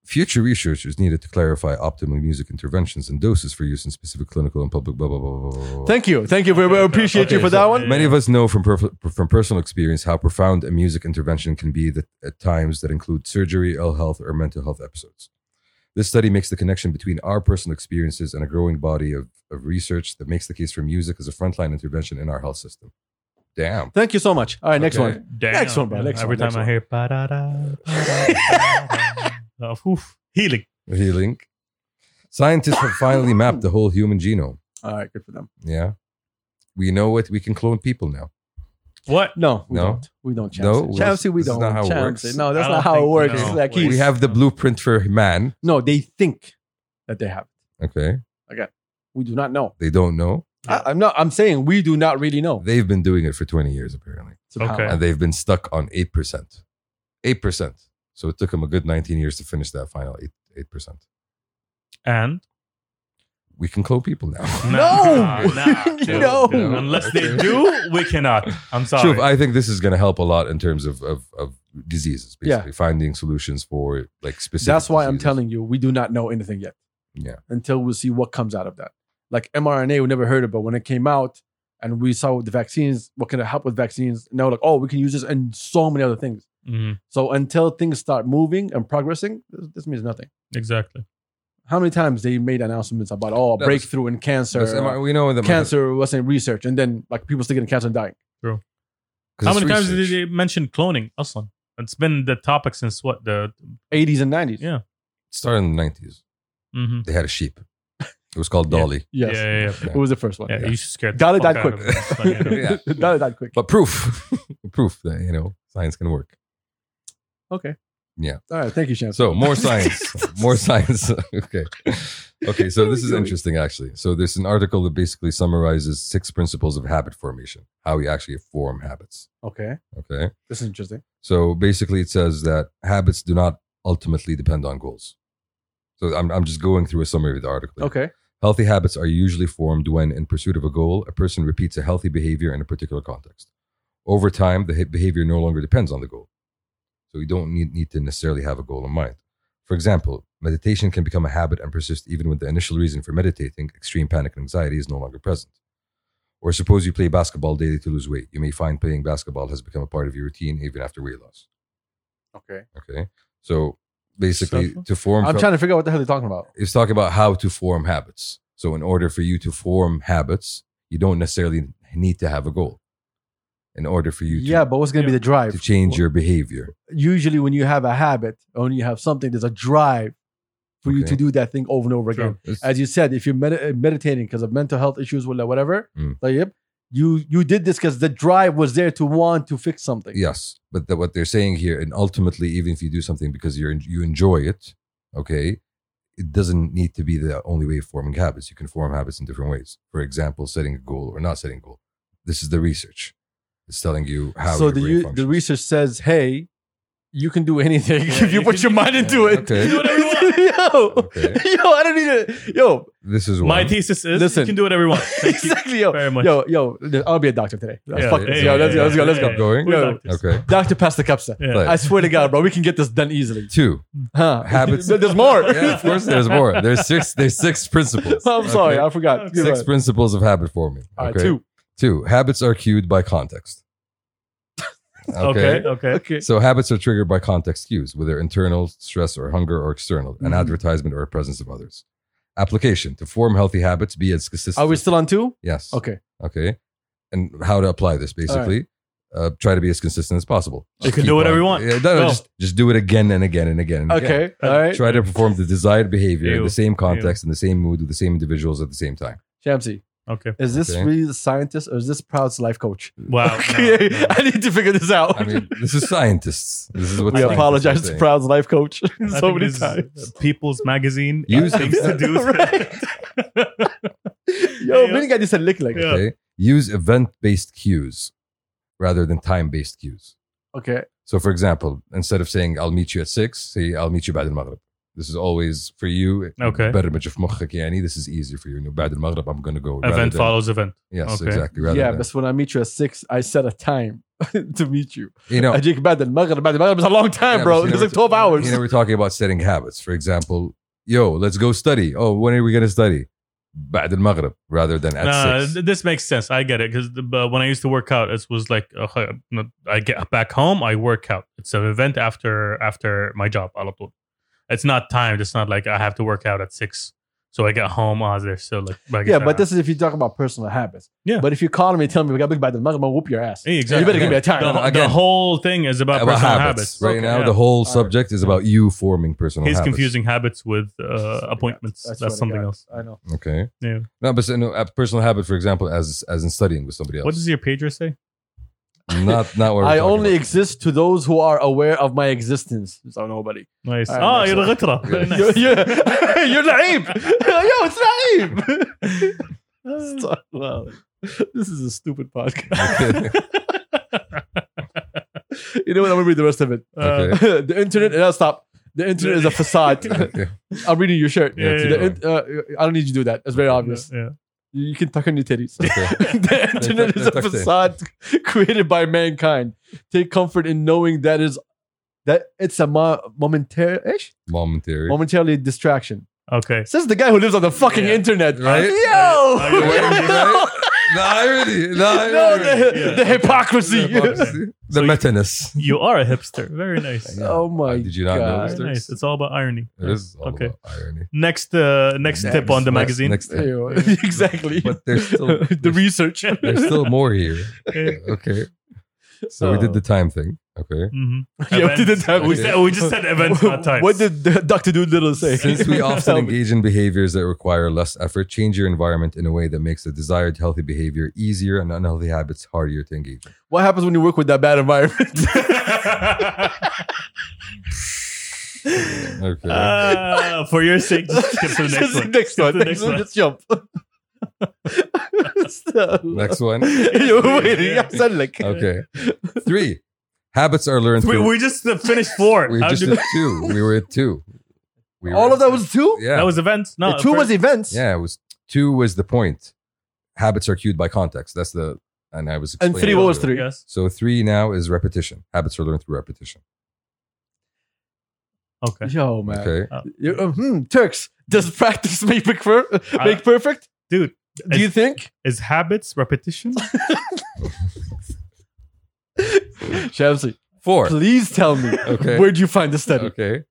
Speaker 2: Future researchers needed to clarify optimal music interventions and doses for use in specific clinical and public blah blah blah blah. blah, blah.
Speaker 1: Thank you. Thank you. We
Speaker 3: Okay,
Speaker 1: we
Speaker 3: okay.
Speaker 1: appreciate you
Speaker 2: Okay,
Speaker 1: for
Speaker 2: so-
Speaker 1: that one.
Speaker 2: Many of us know from perf- from personal experience how profound a music intervention can be that, at times that include surgery, ill health, or mental health episodes. This study makes the connection between our personal experiences and a growing body of, of research that makes the case for music as a frontline intervention in our health system. Damn.
Speaker 1: Thank you so much. All right, next
Speaker 2: Okay.
Speaker 1: one.
Speaker 3: Damn.
Speaker 1: Next one, bro. Next
Speaker 3: Every
Speaker 1: one, next
Speaker 3: time I
Speaker 1: one.
Speaker 3: hear "Pa-da-da, pa-da-da, pa-da-da," uh, oof, healing.
Speaker 2: Healing. Scientists have finally mapped the whole human genome.
Speaker 1: All right, good for them.
Speaker 2: Yeah. We know it. We can clone people now.
Speaker 3: What?
Speaker 1: No, we
Speaker 2: No.
Speaker 1: don't. We don't.
Speaker 2: No,
Speaker 1: Champsy.
Speaker 2: we-
Speaker 1: Champsy, we
Speaker 2: this
Speaker 1: don't.
Speaker 2: is not how it
Speaker 1: Champsy.
Speaker 2: works.
Speaker 1: No, that's
Speaker 3: I
Speaker 1: not
Speaker 3: don't
Speaker 1: how it
Speaker 3: think-
Speaker 1: works.
Speaker 3: no.
Speaker 1: It's like
Speaker 3: We
Speaker 2: We
Speaker 1: he's-
Speaker 2: have the blueprint for man.
Speaker 1: no, they think that they have.
Speaker 2: Okay.
Speaker 1: We do not know.
Speaker 2: They don't know.
Speaker 3: Yeah.
Speaker 1: I, I'm not. I'm saying we do not really know.
Speaker 2: They've been doing it for 20 years, apparently.
Speaker 1: Subhanallah.
Speaker 2: and they've been stuck on 8%. 8%. So it took them a good 19 years to finish that final 8, 8%.
Speaker 3: And
Speaker 2: We can clone people now.
Speaker 1: No.
Speaker 3: dude,
Speaker 1: No.
Speaker 3: dude. Unless they
Speaker 2: Okay.
Speaker 3: do, we cannot. I'm sorry.
Speaker 2: Shuf, I think this is going to help a lot in terms of, of, of diseases, basically, finding solutions for like specific.
Speaker 1: That's why I'm
Speaker 2: diseases.
Speaker 1: telling you, we do not know anything yet.
Speaker 2: Yeah.
Speaker 1: Until we see what comes out of that. Like mRNA, we never heard of, but when it came out and we saw the vaccines, what can it help with vaccines? Now, like, oh, we can use this and so many other things.
Speaker 3: Mhm,
Speaker 1: So until things start moving and progressing, this, this means nothing.
Speaker 3: exactly.
Speaker 1: How many times they made announcements about oh, a
Speaker 2: That was-
Speaker 1: breakthrough in cancer,
Speaker 2: That's MR- we know that
Speaker 1: cancer wasn't research, and then like people still getting cancer and dying.
Speaker 3: How many times did they mention cloning? Aslan. It's been the topic since what the
Speaker 1: 80s and 90s.
Speaker 3: yeah.
Speaker 2: Started in the 90s.
Speaker 3: mhm.
Speaker 2: They had a sheep. It was called Dolly.
Speaker 1: Yes.
Speaker 3: Yeah, yeah, yeah.
Speaker 1: It was the first one.
Speaker 3: Yeah, you should scare the
Speaker 1: Dolly
Speaker 3: fuck
Speaker 1: died
Speaker 3: out
Speaker 1: quick.
Speaker 3: of me. It's like, you know.
Speaker 2: Yeah.
Speaker 1: Not that quick.
Speaker 2: But proof, proof that, you know, science can work.
Speaker 1: Okay.
Speaker 2: Yeah.
Speaker 1: All right. Thank you, Chance.
Speaker 2: So more science, more science. okay, okay. So this is interesting, actually. So there's an article that basically summarizes six principles of habit formation, how we actually form habits.
Speaker 1: Okay.
Speaker 2: Okay.
Speaker 1: This is interesting.
Speaker 2: So basically, it says that habits do not ultimately depend on goals. So I'm I'm just going through a summary of the article.
Speaker 1: Okay.
Speaker 2: Healthy habits are usually formed when, in pursuit of a goal, a person repeats a healthy behavior in a particular context. Over time, the he- behavior no longer depends on the goal. So you don't need, need to necessarily have a goal in mind. For example, meditation can become a habit and persist even when the initial reason for meditating, extreme panic and anxiety, is no longer present. Or suppose you play basketball daily to lose weight. You may find playing basketball has become a part of your routine even after weight loss.
Speaker 1: Okay.
Speaker 2: Okay. So basically
Speaker 3: Self-
Speaker 2: to form.
Speaker 1: I'm
Speaker 2: fa-
Speaker 1: trying to figure out what the hell they're talking about.
Speaker 2: it's talking about how to form habits. So in order for you to form habits, you don't necessarily need to have a goal. In order for you to,
Speaker 1: Yeah, but what's going to be the drive?
Speaker 2: to change your behavior.
Speaker 1: Usually, when you have a habit or when you have something, there's a drive for you
Speaker 2: Okay.
Speaker 1: to do that thing over and over again.
Speaker 2: It's-
Speaker 1: As you said, if you're med- meditating because of mental health issues or whatever,
Speaker 2: Mm.
Speaker 1: like, yep, you you did this because the drive was there to want to fix something.
Speaker 2: Yes, but the, what they're saying here, and ultimately, even if you do something because you're you enjoy it, okay, it doesn't need to be the only way of forming habits. You can form habits in different ways. For example, setting a goal or not setting a goal. This is the research. It's telling you how.
Speaker 1: so
Speaker 2: your
Speaker 1: the
Speaker 2: brain
Speaker 1: u- the
Speaker 2: functions.
Speaker 1: research says, hey, you can do anything
Speaker 3: Yeah,
Speaker 1: if you,
Speaker 3: you
Speaker 1: put
Speaker 3: can-
Speaker 1: your mind into
Speaker 3: yeah,
Speaker 1: it.
Speaker 2: okay. You
Speaker 3: do whatever you
Speaker 1: yo,
Speaker 2: Okay.
Speaker 1: yo, I don't need to. Yo,
Speaker 2: This is
Speaker 3: My
Speaker 2: one.
Speaker 3: thesis is
Speaker 1: Listen.
Speaker 3: you can do whatever you want. Thank you
Speaker 1: exactly, yo,
Speaker 3: very much.
Speaker 1: yo, yo. I'll be a doctor today.
Speaker 2: Yeah,
Speaker 1: Fuck
Speaker 2: yeah,
Speaker 1: this,
Speaker 2: yeah,
Speaker 1: yo. Let's
Speaker 2: yeah,
Speaker 1: go, let's go, let's
Speaker 2: yeah,
Speaker 1: go.
Speaker 2: yeah. Going?
Speaker 3: We're
Speaker 1: Yo.
Speaker 3: doctors.
Speaker 2: Okay.
Speaker 1: Doctor, pass the cups. sir.
Speaker 3: Yeah.
Speaker 2: But-
Speaker 1: I swear to God, bro, we can get this done easily.
Speaker 2: Two
Speaker 1: Huh?
Speaker 2: habits.
Speaker 1: There- There's more.
Speaker 2: yeah, of course. There's more. There's six. There's six principles.
Speaker 1: I'm sorry,
Speaker 2: Okay?
Speaker 1: I forgot. You're
Speaker 2: Six
Speaker 1: right.
Speaker 2: principles of habit forming.
Speaker 1: All right, two.
Speaker 2: Two. Habits are cued by context.
Speaker 3: Okay. Okay.
Speaker 1: Okay.
Speaker 2: So habits are triggered by context cues, whether internal, stress or hunger, or external, an
Speaker 1: Mhm.
Speaker 2: advertisement or a presence of others. Application to form healthy habits, be as consistent.
Speaker 1: Are we still on two?
Speaker 2: yes. Okay.
Speaker 1: Okay.
Speaker 2: And how to apply this basically. Uh, try to be as consistent as possible.
Speaker 1: You can
Speaker 2: keep
Speaker 3: do whatever
Speaker 2: on-
Speaker 3: you want.
Speaker 2: Yeah, no, no,
Speaker 3: Go.
Speaker 2: just, just do it again and again and again. And again.
Speaker 1: Okay. All right.
Speaker 2: Uh, Try to perform the desired behavior
Speaker 3: Ew.
Speaker 2: in the same context, in the same mood, with the same individuals at the same time.
Speaker 1: Shamsi,
Speaker 3: Okay.
Speaker 1: is this
Speaker 2: Okay.
Speaker 1: really the scientist or is this Proud's life coach?
Speaker 3: Wow. no,
Speaker 1: Okay,
Speaker 3: no.
Speaker 1: I need to figure this out.
Speaker 2: I mean, this is scientists. This is what
Speaker 1: we
Speaker 2: scientists are
Speaker 1: apologize to
Speaker 2: saying.
Speaker 1: Proud's life coach
Speaker 3: I
Speaker 1: so
Speaker 3: think
Speaker 1: many
Speaker 3: this is
Speaker 1: times.
Speaker 3: People's Magazine.
Speaker 2: Use-
Speaker 3: uh, things to do.
Speaker 1: Right. Yo,
Speaker 3: Yeah.
Speaker 1: many guys just said lick like.
Speaker 3: Yeah.
Speaker 2: Okay. Use event-based cues rather than time-based cues.
Speaker 1: Okay.
Speaker 2: So, for example, instead of saying "I'll meet you at 6, say "I'll meet you بعد المغرب." This is always for you.
Speaker 3: Okay.
Speaker 2: Better much of مخك يعني. This is easier for you. No, بعد المغرب, I'm gonna go. rather
Speaker 3: event
Speaker 2: than-
Speaker 3: follows event.
Speaker 2: Yes,
Speaker 3: Okay.
Speaker 2: exactly. Rather
Speaker 1: yeah,
Speaker 2: than,
Speaker 1: but when I meet you at six, I set a time to meet you.
Speaker 2: you know,
Speaker 1: I think bad then Maghrib, bad Maghrib is a long time,
Speaker 2: Oh. yeah,
Speaker 1: bro.
Speaker 2: but you
Speaker 1: It's
Speaker 2: know,
Speaker 1: like twelve hours.
Speaker 2: You know, we're talking about setting habits. For example, yo, let's go study. Oh, when are we gonna study? بعد المغرب, rather than at
Speaker 3: Nah,
Speaker 2: six.
Speaker 3: th- this makes sense. I get it because when I used to work out, it was like uh, I get back home, I work out. It's an event after after my job. على طول. It's not timed. It's not like I have to work out at six, so I get home. Ah, they're still like back
Speaker 1: yeah,
Speaker 3: at-
Speaker 1: but this is if you talk about personal habits.
Speaker 3: Yeah.
Speaker 1: But if you call me and tell me we got big bad Maghrib, I'll whoop your ass.
Speaker 3: Yeah, exactly.
Speaker 1: You better give me a
Speaker 3: the,
Speaker 1: time.
Speaker 2: No, no,
Speaker 3: the
Speaker 2: again.
Speaker 3: whole thing is about,
Speaker 2: About
Speaker 3: personal
Speaker 2: habits.
Speaker 3: habits.
Speaker 2: Right
Speaker 1: Okay,
Speaker 2: now,
Speaker 3: yeah.
Speaker 2: the whole
Speaker 1: right.
Speaker 2: subject is about you forming personal
Speaker 3: He's
Speaker 2: habits.
Speaker 3: confusing habits with uh, appointments.
Speaker 1: I swear
Speaker 3: That's
Speaker 1: to
Speaker 3: something
Speaker 1: God.
Speaker 3: else.
Speaker 1: I know.
Speaker 2: Okay.
Speaker 3: Yeah.
Speaker 2: No, but so, no, a personal habit, for example, as as in studying with somebody else.
Speaker 3: What does your pager say?
Speaker 2: not not what we're
Speaker 1: I
Speaker 2: talking
Speaker 1: only
Speaker 2: about.
Speaker 1: exist to those who are aware of my existence. So nobody.
Speaker 3: Nice.
Speaker 1: All
Speaker 3: Ah,
Speaker 1: right,
Speaker 3: you're
Speaker 1: next
Speaker 3: غترة.
Speaker 2: Yeah.
Speaker 3: Nice.
Speaker 1: You're, you're, you're naive. Yo, it's
Speaker 3: Ah.
Speaker 1: naive. Stop. wow. This is a stupid podcast. you know what? I'm going to read the rest of it.
Speaker 3: Uh,
Speaker 2: Okay.
Speaker 1: the internet, no, stop. The internet is a facade.
Speaker 2: Okay.
Speaker 1: I'm reading your shirt.
Speaker 3: Yeah, yeah,
Speaker 1: The
Speaker 2: yeah.
Speaker 1: in- uh, I don't need you to do that. It's very obvious.
Speaker 3: Yeah.
Speaker 1: You you can tuck in your titties.
Speaker 2: Okay.
Speaker 1: the internet is a
Speaker 2: Tucked in.
Speaker 1: facade created by mankind. Take comfort in knowing that is that it's a mo- momentary ish?
Speaker 2: Momentary.
Speaker 1: momentarily distraction.
Speaker 3: Okay.
Speaker 1: Says the guy who lives on the fucking
Speaker 3: Yeah.
Speaker 1: internet,
Speaker 2: Right?
Speaker 3: Are you-
Speaker 1: Yo,
Speaker 3: are you waiting
Speaker 2: for the irony. The irony.
Speaker 1: no, the,
Speaker 3: Yeah.
Speaker 1: the hypocrisy.
Speaker 2: The hypocrisy. The
Speaker 3: So you-
Speaker 2: metaness.
Speaker 3: You are a hipster. Very nice.
Speaker 2: Yeah.
Speaker 1: oh my!
Speaker 2: Did you not
Speaker 1: God.
Speaker 2: know
Speaker 3: Very
Speaker 2: this?
Speaker 3: nice. It's all about irony.
Speaker 2: It is all
Speaker 3: Okay.
Speaker 2: about irony.
Speaker 3: Next, uh, next tip on the magazine.
Speaker 2: Next tip.
Speaker 1: Ew, exactly.
Speaker 2: But there's still
Speaker 1: the research.
Speaker 2: there's still more here. Okay. So
Speaker 1: Oh.
Speaker 2: we did the time thing. Okay.
Speaker 3: Mhm.
Speaker 1: Yeah, we
Speaker 3: Events.
Speaker 1: didn't have-
Speaker 3: We, said, we just said events, not times.
Speaker 1: What did Doctor Doolittle say?
Speaker 2: Since we often engage in behaviors that require less effort, change your environment in a way that makes the desired healthy behavior easier and unhealthy habits harder to engage. in.
Speaker 1: what happens when you work with that bad environment?
Speaker 2: Okay.
Speaker 3: uh, for your sake, just skip to the next
Speaker 1: Just
Speaker 3: one.
Speaker 1: next
Speaker 3: Skip
Speaker 1: one.
Speaker 3: to the
Speaker 1: Next
Speaker 3: next
Speaker 1: one.
Speaker 3: one.
Speaker 1: Just jump. Stop.
Speaker 2: Next one.
Speaker 1: You're waiting. I'm sorry, like-
Speaker 2: Okay. Three. Habits are learned
Speaker 3: We,
Speaker 2: through.
Speaker 3: we just uh, finished four.
Speaker 2: we
Speaker 3: How
Speaker 2: just
Speaker 3: do-
Speaker 2: did two. We were at two. We
Speaker 1: All
Speaker 2: were-
Speaker 1: of that was two.
Speaker 2: Yeah.
Speaker 3: That was events. No,
Speaker 1: The two was events.
Speaker 2: yeah. It was two was the point. Habits are cued by context. That's the and I was
Speaker 1: And
Speaker 2: explaining
Speaker 1: three what was
Speaker 2: earlier.
Speaker 1: three.
Speaker 3: Yes.
Speaker 2: So three now is repetition. Habits are learned through repetition.
Speaker 3: Okay.
Speaker 1: Yo, man.
Speaker 2: Okay.
Speaker 1: You- uh, hmm, Turks, does practice make prefer- make perfect?
Speaker 3: Uh, Dude,
Speaker 1: Do you think?
Speaker 3: is habits repetition?
Speaker 1: Shamsi,
Speaker 2: Four.
Speaker 1: please tell me.
Speaker 2: Okay.
Speaker 1: Where'd you find the study?
Speaker 2: Okay.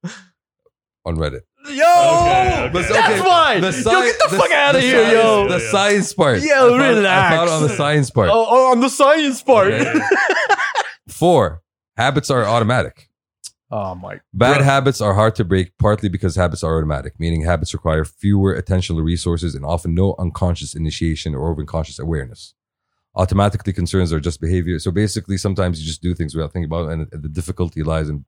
Speaker 2: on Reddit.
Speaker 1: Yo,
Speaker 3: Okay, okay.
Speaker 1: that's fine.
Speaker 2: The
Speaker 1: yo,
Speaker 2: sci-
Speaker 1: get the, fuck out of here,
Speaker 2: science,
Speaker 1: yo.
Speaker 2: The
Speaker 3: Yeah, yeah.
Speaker 2: science part.
Speaker 1: Yo,
Speaker 2: I thought-
Speaker 1: relax.
Speaker 2: I thought on the science part.
Speaker 1: Oh, oh, on the science part.
Speaker 2: Okay. Four, habits are automatic.
Speaker 1: oh my.
Speaker 2: Bad
Speaker 3: Bro.
Speaker 2: habits are hard to break, partly because habits are automatic, meaning habits require fewer attentional resources and often no unconscious initiation or even conscious awareness. Automatically, concerns are just behavior. So basically, sometimes you just do things without thinking about it, and the difficulty lies in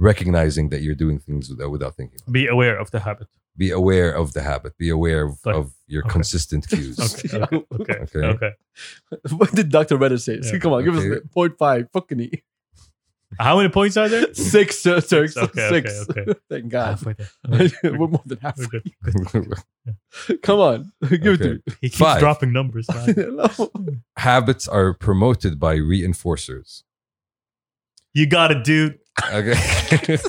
Speaker 2: recognizing that you're doing things without, without thinking. About it.
Speaker 3: Be aware of the habit.
Speaker 2: Be aware of the habit. Be aware of,
Speaker 3: Like-
Speaker 2: of your
Speaker 3: okay.
Speaker 2: consistent cues.
Speaker 3: Okay, Okay.
Speaker 2: Okay.
Speaker 3: Okay.
Speaker 1: What did Dr. Redder say?
Speaker 3: Yeah.
Speaker 1: Come on, give us
Speaker 2: Okay.
Speaker 1: a point five. Fucking e.
Speaker 3: How many points are there?
Speaker 1: six, sir. sir,
Speaker 3: Six, okay,
Speaker 1: six.
Speaker 3: okay, okay.
Speaker 1: Thank God.
Speaker 3: Halfway there.
Speaker 1: We're more than half.
Speaker 3: We're good.
Speaker 1: Come on, give
Speaker 2: Okay.
Speaker 1: it to
Speaker 3: He keeps
Speaker 2: Five.
Speaker 3: dropping numbers. man.
Speaker 1: me. No.
Speaker 2: habits are promoted by reinforcers.
Speaker 3: You got it, dude.
Speaker 2: Okay.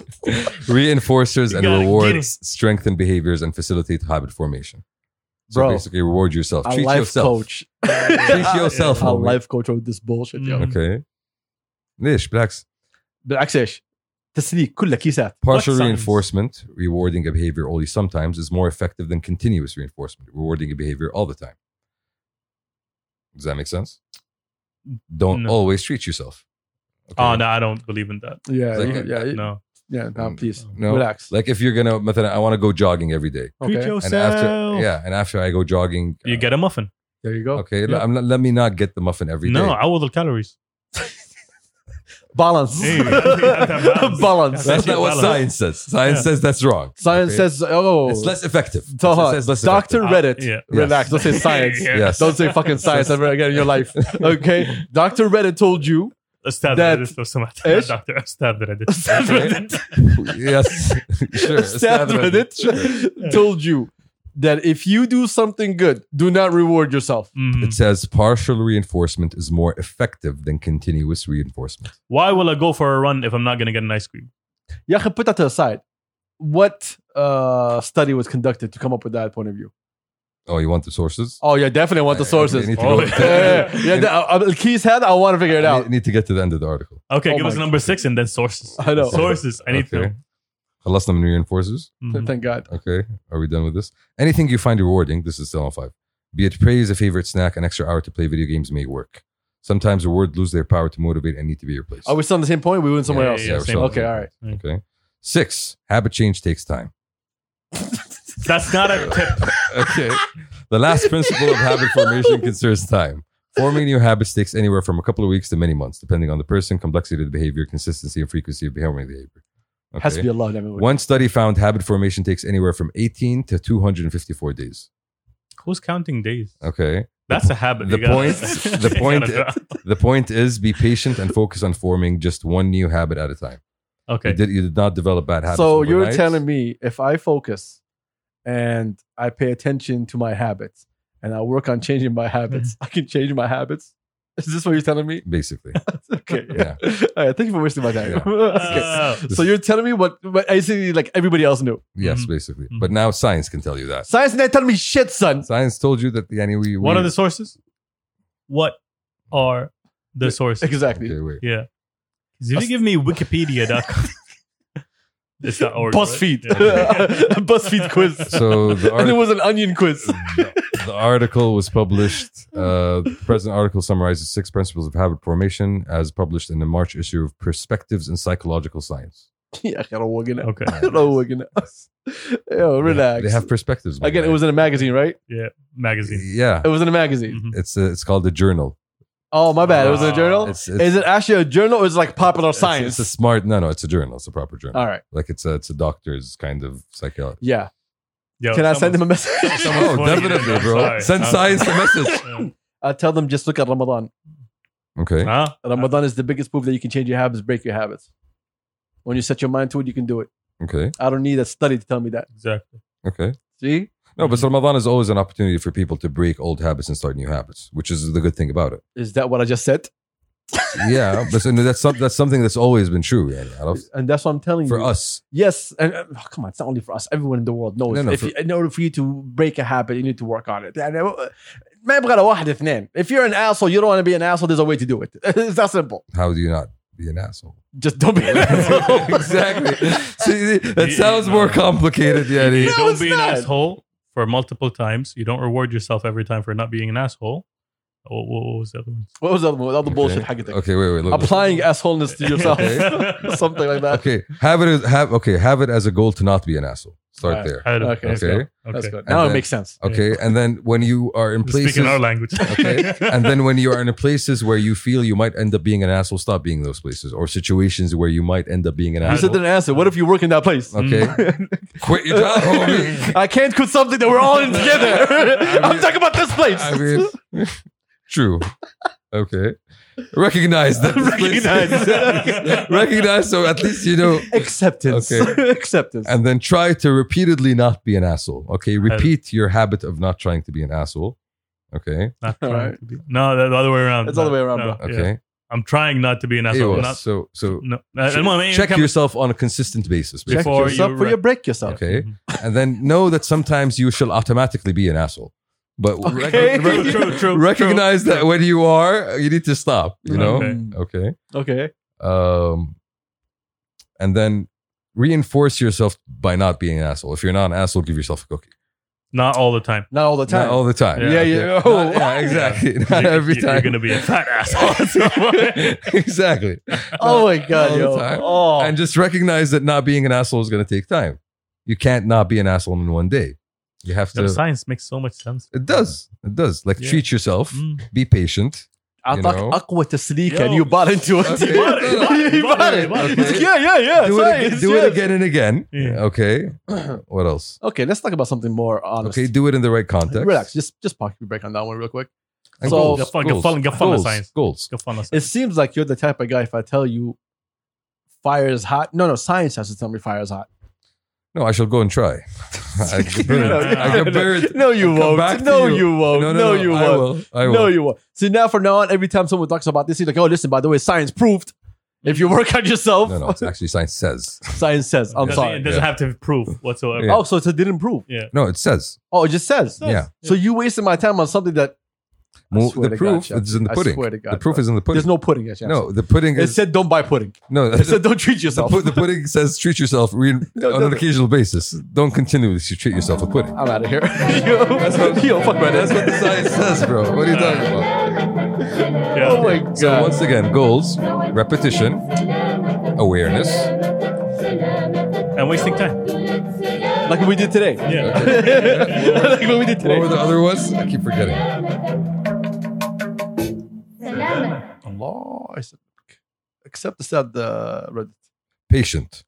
Speaker 2: Reinforcers
Speaker 3: You
Speaker 2: and
Speaker 3: gotta get
Speaker 2: rewards strengthen behaviors and facilitate habit formation. So
Speaker 1: Bro.
Speaker 2: basically, reward yourself.
Speaker 1: A
Speaker 2: Treat
Speaker 1: life
Speaker 2: yourself.
Speaker 1: coach.
Speaker 2: Treat yourself.
Speaker 1: A
Speaker 2: homie.
Speaker 1: life coach with this bullshit. yo.
Speaker 3: Mm.
Speaker 2: Okay. ليش بالعكس
Speaker 1: بالعكس ايش؟ تسليك كله كيسات
Speaker 2: partial
Speaker 3: science?
Speaker 2: reinforcement rewarding a behavior only sometimes is more effective than continuous reinforcement rewarding a behavior all the time does that make sense don't
Speaker 3: No.
Speaker 2: always treat yourself okay.
Speaker 3: Oh no, I don't believe in that.
Speaker 1: Yeah,
Speaker 2: Like,
Speaker 1: yeah, yeah, yeah,
Speaker 3: No.
Speaker 1: yeah. No, please,
Speaker 2: Mm. No.
Speaker 1: relax.
Speaker 2: like if you're gonna مثلا, I want to go jogging every day
Speaker 3: Treat
Speaker 1: okay,
Speaker 3: yourself.
Speaker 2: and after yeah and after I go jogging
Speaker 3: You get a muffin.
Speaker 1: there you go.
Speaker 2: Okay,
Speaker 1: Oh, Yeah.
Speaker 2: I'm not, let me not get the muffin every day.
Speaker 3: No, I will the calories.
Speaker 1: Balance.
Speaker 3: Hey, I think that's a balance.
Speaker 1: balance.
Speaker 2: that's not what
Speaker 3: Balance.
Speaker 2: science says. Science
Speaker 3: Yeah.
Speaker 2: says that's wrong.
Speaker 1: Science
Speaker 2: Okay?
Speaker 1: says, oh,
Speaker 2: it's less effective.
Speaker 1: so
Speaker 2: Science
Speaker 1: hard.
Speaker 2: says less
Speaker 1: Doctor
Speaker 2: effective.
Speaker 1: Reddit.
Speaker 3: Uh, yeah.
Speaker 1: Relax. Don't say science.
Speaker 3: Yeah.
Speaker 2: Yes.
Speaker 1: Don't say fucking science ever again in your life. Okay, Doctor Reddit told you.
Speaker 3: Ustad
Speaker 1: That
Speaker 3: Reddit or some
Speaker 1: is-
Speaker 3: doctor Ustad Reddit.
Speaker 1: Ustad Reddit.
Speaker 2: yes, sure.
Speaker 1: Stan Reddit told you that if you do something good, do not reward yourself.
Speaker 3: Mhm.
Speaker 2: It says partial reinforcement is more effective than continuous reinforcement.
Speaker 3: Why will I go for a run if I'm not gonna get an ice cream?
Speaker 1: Yeah, put that to the side. What uh, study was conducted to come up with that point of view?
Speaker 2: Oh, you want the sources?
Speaker 1: Oh yeah, definitely want the
Speaker 2: I- I
Speaker 1: sourses.
Speaker 2: need to
Speaker 3: Oh,
Speaker 2: go-
Speaker 1: yeah, yeah, yeah. yeah the, uh, uh, Keith's head. I want to figure it
Speaker 2: I
Speaker 1: out.
Speaker 2: need- need to get to the end of the article.
Speaker 3: Okay,
Speaker 1: Oh
Speaker 3: give
Speaker 1: my
Speaker 3: us number six and then sources.
Speaker 1: I know.
Speaker 3: Sources. I need to.
Speaker 2: Okay. خلصنا من reinforcers.
Speaker 3: Mhm.
Speaker 1: Thank God.
Speaker 2: Okay, are we done with this? Anything you find rewarding, this is still on five. Be it praise, a favorite snack, an extra hour to play video games may work. Sometimes rewards lose their power to motivate and need to be replaced.
Speaker 1: Are we still on the same point? We went somewhere
Speaker 3: Yeah,
Speaker 1: else.
Speaker 3: yeah,
Speaker 2: we're
Speaker 3: same.
Speaker 2: still-
Speaker 1: Okay, all right.
Speaker 2: Okay. Six, habit change takes time.
Speaker 3: That's not a tip.
Speaker 2: Okay. the last principle of habit formation concerns time. Forming new habits takes anywhere from a couple of weeks to many months, depending on the person, complexity of the behavior, consistency, and frequency of behavior. behavior. Okay.
Speaker 1: Has to be a lot. I mean,
Speaker 2: One study found habit formation takes anywhere from 18 to 254 days.
Speaker 3: Who's counting days?
Speaker 2: Okay.
Speaker 3: That's a habit.
Speaker 2: the
Speaker 3: You gotta-
Speaker 2: point- the
Speaker 3: you
Speaker 2: point-
Speaker 3: gotta-
Speaker 2: The point is be patient and focus on forming just one new habit at a time.
Speaker 3: Okay.
Speaker 2: You, did, you did not develop bad habits.
Speaker 1: so you're
Speaker 2: overnight.
Speaker 1: telling me if I focus and I pay attention to my habits and I work on changing my habits, I can change my habits. Is this what you're telling me?
Speaker 2: Basically.
Speaker 1: Okay.
Speaker 2: Yeah.
Speaker 1: All right. Thank you for wasting my time.
Speaker 2: Yeah.
Speaker 1: okay.
Speaker 3: Oh.
Speaker 1: So you're telling me what, what basically like everybody else knew.
Speaker 2: Yes,
Speaker 3: Mhm.
Speaker 2: basically.
Speaker 3: Mhm.
Speaker 2: But now science can tell you that.
Speaker 1: Science didn't tell me shit, son.
Speaker 2: Science told you that the anyway. we,
Speaker 3: Uh, What are the sources? What are the sources?
Speaker 1: Exactly.
Speaker 2: Okay, wait.
Speaker 3: Yeah. 'Cause If you give me Wikipedia.com, it's not org. right?
Speaker 1: BuzzFeed.
Speaker 3: Yeah.
Speaker 1: BuzzFeed quiz.
Speaker 2: So the
Speaker 1: and it
Speaker 2: article-
Speaker 1: was an onion quiz.
Speaker 2: the article was published. Uh, the present article summarizes six principles of habit formation, as published in the March issue of Perspectives in Psychological Science.
Speaker 1: yeah, I don't work in it.
Speaker 3: okay.
Speaker 1: I don't work in it. Yo, relax.
Speaker 2: They have perspectives. my
Speaker 1: Again, it
Speaker 2: guy.
Speaker 1: was in a magazine, right?
Speaker 3: Magazine.
Speaker 2: yeah.
Speaker 1: It was in a magazine.
Speaker 3: Mhm.
Speaker 2: It's a, it's called the journal.
Speaker 1: Oh, my bad. It was in a
Speaker 3: Wow.
Speaker 1: journal.
Speaker 2: It's, it's,
Speaker 1: is it actually a journal or is it like popular
Speaker 2: it's-
Speaker 1: science?
Speaker 2: It's, a smart. No, no, it's a journal. It's a proper journal.
Speaker 1: All right.
Speaker 2: Like it's a it's a doctor's kind of psychology.
Speaker 1: Yeah.
Speaker 3: Yo,
Speaker 1: Can I send
Speaker 3: someone-
Speaker 1: them a message?
Speaker 3: someone-
Speaker 2: Oh, definitely,
Speaker 3: I'm
Speaker 2: bro.
Speaker 3: sorry.
Speaker 2: Send
Speaker 3: I'm-
Speaker 2: science a message.
Speaker 1: I Uh, tell them just look at Ramadan.
Speaker 2: Okay.
Speaker 3: Yeah. Huh?
Speaker 1: Ramadan is the biggest proof that you can change your habits, break your habits. When you set your mind to it, you can do it.
Speaker 2: Okay.
Speaker 1: I don't need a study to tell me that.
Speaker 3: Exactly.
Speaker 2: Okay.
Speaker 1: See?
Speaker 2: No, but Ramadan is always an opportunity for people to break old habits and start new habits, which is the good thing about it.
Speaker 1: Is that what I just said?
Speaker 2: yeah, but so that's some, that's something that's always been true, يعني, عرفت?
Speaker 1: And that's what I'm telling
Speaker 2: For
Speaker 1: you.
Speaker 2: us,
Speaker 1: Yes, and uh, oh, come on, it's not only for us. Everyone in the world knows.
Speaker 2: No, no,
Speaker 1: if
Speaker 2: for-
Speaker 1: you, in order for you to break a habit, you need to work on it. uh, يعني هو- ما يبغى له واحد اثنين. If you're an asshole, you don't want to be an asshole. There's a way to do it. it's that simple.
Speaker 2: how do you not be an asshole.
Speaker 1: Just don't be an asshole.
Speaker 2: exactly. See, that
Speaker 3: You-
Speaker 2: sounds more complicated, Yeti.
Speaker 3: You
Speaker 1: No,
Speaker 3: don't
Speaker 1: it's
Speaker 3: be an
Speaker 1: not.
Speaker 3: asshole for multiple times. You don't reward yourself every time for not being an asshole. What, what- what was the other one?
Speaker 1: What was that? What all the bullshit? Okay.
Speaker 2: Okay, wait, wait. Look,
Speaker 1: Applying assholeness to yourself,
Speaker 3: Okay.
Speaker 1: something like that.
Speaker 2: okay, have it as have okay, have it as a goal to not be an asshole. Start
Speaker 1: Right.
Speaker 2: there.
Speaker 3: I don't-
Speaker 1: Okay,
Speaker 2: Okay, okay,
Speaker 1: That's
Speaker 3: okay.
Speaker 1: good.
Speaker 2: And
Speaker 1: Now
Speaker 2: then-
Speaker 1: it makes sense.
Speaker 2: and then when you are in places,
Speaker 3: Speaking our language.
Speaker 2: Okay. and then when you are in the places where you feel you might end up being an asshole, stop being in those places or situations where you might end up being an
Speaker 3: You
Speaker 1: You
Speaker 2: asshole.
Speaker 1: said an answer. What if you work in that place?
Speaker 3: Mm.
Speaker 2: okay, quit your job, homie.
Speaker 1: I can't quit something that we're all in together.
Speaker 2: I
Speaker 1: I'm
Speaker 2: mean-
Speaker 1: talking about this place.
Speaker 2: I mean, true. Okay, recognize that. this place-
Speaker 1: Recognize.
Speaker 2: recognize. So at least you know.
Speaker 1: Acceptance.
Speaker 2: Okay.
Speaker 1: Acceptance.
Speaker 2: And then try to repeatedly not be an asshole. Okay, repeat your habit of not trying to be an asshole. Okay,
Speaker 3: Not trying
Speaker 1: Alright.
Speaker 3: to be. No, the the other way around.
Speaker 1: It's the other way around,
Speaker 3: No, yeah.
Speaker 2: okay.
Speaker 3: I'm trying not to be an asshole.
Speaker 2: Ew,
Speaker 3: Not,
Speaker 2: so so
Speaker 3: no. Uh,
Speaker 2: Check-
Speaker 3: no, I mean,
Speaker 2: check
Speaker 3: come-
Speaker 2: yourself on a consistent basis.
Speaker 1: Check
Speaker 2: basically.
Speaker 3: before
Speaker 1: yourself
Speaker 3: you
Speaker 1: before
Speaker 3: re-
Speaker 1: you break yourself.
Speaker 2: Okay.
Speaker 3: Mhm.
Speaker 2: and then know that sometimes you shall automatically be an asshole. But rec-
Speaker 1: Okay.
Speaker 2: rec-
Speaker 1: True,
Speaker 3: true, true,
Speaker 2: recognize
Speaker 3: true.
Speaker 2: that when you are, you need to stop. You know.
Speaker 1: Mm,
Speaker 2: Okay.
Speaker 1: Okay.
Speaker 2: Um, and then reinforce yourself by not being an asshole. If you're not an asshole, give yourself a cookie.
Speaker 3: Not all the time.
Speaker 1: Not all the
Speaker 2: Not
Speaker 1: time.
Speaker 2: all the time.
Speaker 3: Yeah,
Speaker 2: Okay.
Speaker 1: yeah.
Speaker 2: Not- yeah, exactly. Not
Speaker 3: You-
Speaker 2: every
Speaker 3: you-
Speaker 2: time.
Speaker 3: You're going to be a fat asshole.
Speaker 2: exactly.
Speaker 1: oh my god,
Speaker 2: all the
Speaker 1: yo.
Speaker 2: time.
Speaker 1: Oh.
Speaker 2: and just recognize that not being an asshole is going to take time. You can't not be an asshole in one day. You have
Speaker 3: The
Speaker 2: to.
Speaker 3: science makes so much sense.
Speaker 2: It does. It does. Like
Speaker 3: Yeah.
Speaker 2: treat yourself.
Speaker 3: Mm.
Speaker 2: Be patient. you
Speaker 1: أعطاك
Speaker 2: know.
Speaker 1: أقوى تسليك
Speaker 3: Yo.
Speaker 1: and you bought into it. You
Speaker 2: Okay.
Speaker 1: bought it. You bought it.
Speaker 2: Okay.
Speaker 1: He's like, Yeah, yeah, yeah.
Speaker 2: do it,
Speaker 1: science,
Speaker 2: again, do
Speaker 1: yes.
Speaker 2: it again and again.
Speaker 3: Yeah.
Speaker 2: Okay. What else?
Speaker 1: Okay, let's talk about something more honest.
Speaker 2: Okay. Do it in the right context.
Speaker 1: Relax. Just just pause your break on that one real quick.
Speaker 2: And
Speaker 1: So-
Speaker 2: goals,
Speaker 3: Gafala-
Speaker 2: goals,
Speaker 3: Gafala- Gafala
Speaker 2: goals,
Speaker 3: science.
Speaker 2: Goals.
Speaker 3: Go find us.
Speaker 1: It seems like you're the type of guy if I tell you fire is hot. No, no, science has to tell me fire is hot.
Speaker 2: No, I shall go and try. I can
Speaker 3: No,
Speaker 2: bear it. I can bear it.
Speaker 1: No, you
Speaker 2: I'll come back
Speaker 1: won't.
Speaker 2: to
Speaker 1: No,
Speaker 2: you.
Speaker 1: you. won't.
Speaker 2: No, no,
Speaker 1: No,
Speaker 2: no,
Speaker 1: you
Speaker 2: I
Speaker 1: won't.
Speaker 2: will. I will.
Speaker 1: No, you won't. See, now from now on, every time someone talks about this, he's like, oh, listen, by the way, science proved. If you work on yourself,
Speaker 2: no, no. It's actually science says.
Speaker 1: science says. I'm
Speaker 3: Doesn't- It
Speaker 1: sorry.
Speaker 3: doesn't
Speaker 2: Yeah.
Speaker 3: have to prove whatsoever.
Speaker 2: Yeah.
Speaker 1: Oh, so it didn't prove.
Speaker 2: No, it says.
Speaker 1: Oh, it just says.
Speaker 2: Yeah.
Speaker 1: So you wasted my time on something that
Speaker 2: Mo-
Speaker 1: swear
Speaker 2: the
Speaker 1: to
Speaker 2: proof
Speaker 1: God, Jeff.
Speaker 2: is in the
Speaker 1: I
Speaker 2: pudding.
Speaker 1: swear to God,
Speaker 2: the proof
Speaker 1: bro.
Speaker 2: is in the pudding.
Speaker 1: there's no pudding. Yes, yes.
Speaker 2: No, the pudding
Speaker 1: It
Speaker 2: is
Speaker 1: said don't buy pudding.
Speaker 2: no.
Speaker 1: It said don't treat
Speaker 2: the,
Speaker 1: yourself.
Speaker 2: pu- the pudding says treat yourself re-
Speaker 1: No, it
Speaker 2: on an
Speaker 1: doesn't.
Speaker 2: occasional basis. Don't continue to treat yourself with pudding.
Speaker 1: I'm out of here. yo, yo, fuck my
Speaker 2: That's what the science says, bro. What are you talking about?
Speaker 3: Yeah.
Speaker 1: Oh my god.
Speaker 2: So once again, goals, repetition, awareness.
Speaker 3: and wasting time.
Speaker 1: like we did today.
Speaker 3: Yeah.
Speaker 1: like what we did
Speaker 2: What
Speaker 1: today.
Speaker 2: were the other ones? I keep forgetting.
Speaker 1: Allah, I said, except the said the Reddit.
Speaker 2: Patient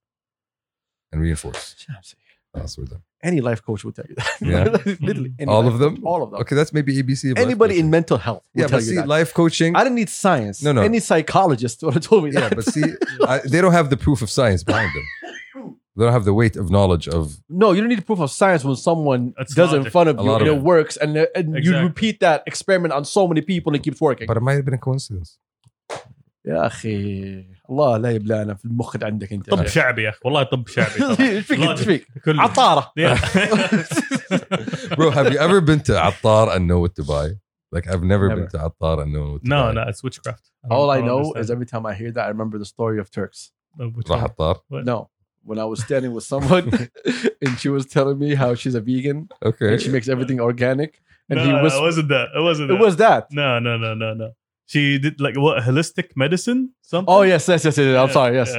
Speaker 2: and reinforce.
Speaker 1: Shamsi.
Speaker 2: That's what we're done.
Speaker 1: Any life coach will tell you that.
Speaker 2: Yeah.
Speaker 1: Literally. any
Speaker 2: All
Speaker 1: life
Speaker 2: of them?
Speaker 1: coach, All of them.
Speaker 2: Okay, that's maybe ABC. Of life
Speaker 1: Anybody in
Speaker 2: coaching.
Speaker 1: mental health will
Speaker 2: yeah,
Speaker 1: tell
Speaker 2: but
Speaker 1: you
Speaker 2: see,
Speaker 1: that.
Speaker 2: life coaching.
Speaker 1: I didn't need science.
Speaker 2: No, no.
Speaker 1: Any psychologist would have told me
Speaker 2: yeah,
Speaker 1: that.
Speaker 2: but see, I, they don't have the proof of science behind them. They don't have the weight of knowledge of
Speaker 1: no, you don't need proof of science when someone
Speaker 3: That's
Speaker 1: does it in
Speaker 3: logic.
Speaker 1: front of
Speaker 2: A
Speaker 1: you
Speaker 2: lot
Speaker 1: and
Speaker 2: of
Speaker 1: it
Speaker 2: it.
Speaker 1: works, and, uh, and
Speaker 3: Exactly.
Speaker 1: you repeat that experiment on so many people and it keeps working.
Speaker 2: But it might have been a coincidence.
Speaker 1: يا اخي الله لا يبلانا في المخ اللي عندك انت
Speaker 3: طب شعبي يا اخي والله طب شعبي
Speaker 1: ايش فيك ايش فيك
Speaker 3: كله.
Speaker 1: عطاره
Speaker 3: Yeah.
Speaker 2: Bro, have you ever been to Attar and know what to buy? Like, I've never, been to Attar and know what to
Speaker 3: no,
Speaker 2: buy.
Speaker 3: no, it's witchcraft. don't-
Speaker 1: all I
Speaker 3: don't
Speaker 1: know
Speaker 3: understand.
Speaker 1: is every time I hear that I remember the story of Turks
Speaker 3: Uh, which
Speaker 2: Raw
Speaker 3: one?
Speaker 2: Attar?
Speaker 3: What?
Speaker 1: no when I was standing with someone and she was telling me how she's a vegan
Speaker 2: Okay.
Speaker 1: and she makes everything organic and
Speaker 3: no,
Speaker 1: he
Speaker 3: no,
Speaker 1: was
Speaker 3: it wasn't that. It wasn't
Speaker 1: it
Speaker 3: that.
Speaker 1: was that
Speaker 3: No, no, no, no, no. She did like what holistic medicine? Something?
Speaker 1: oh yes yes yes, yes, I'm sorry yes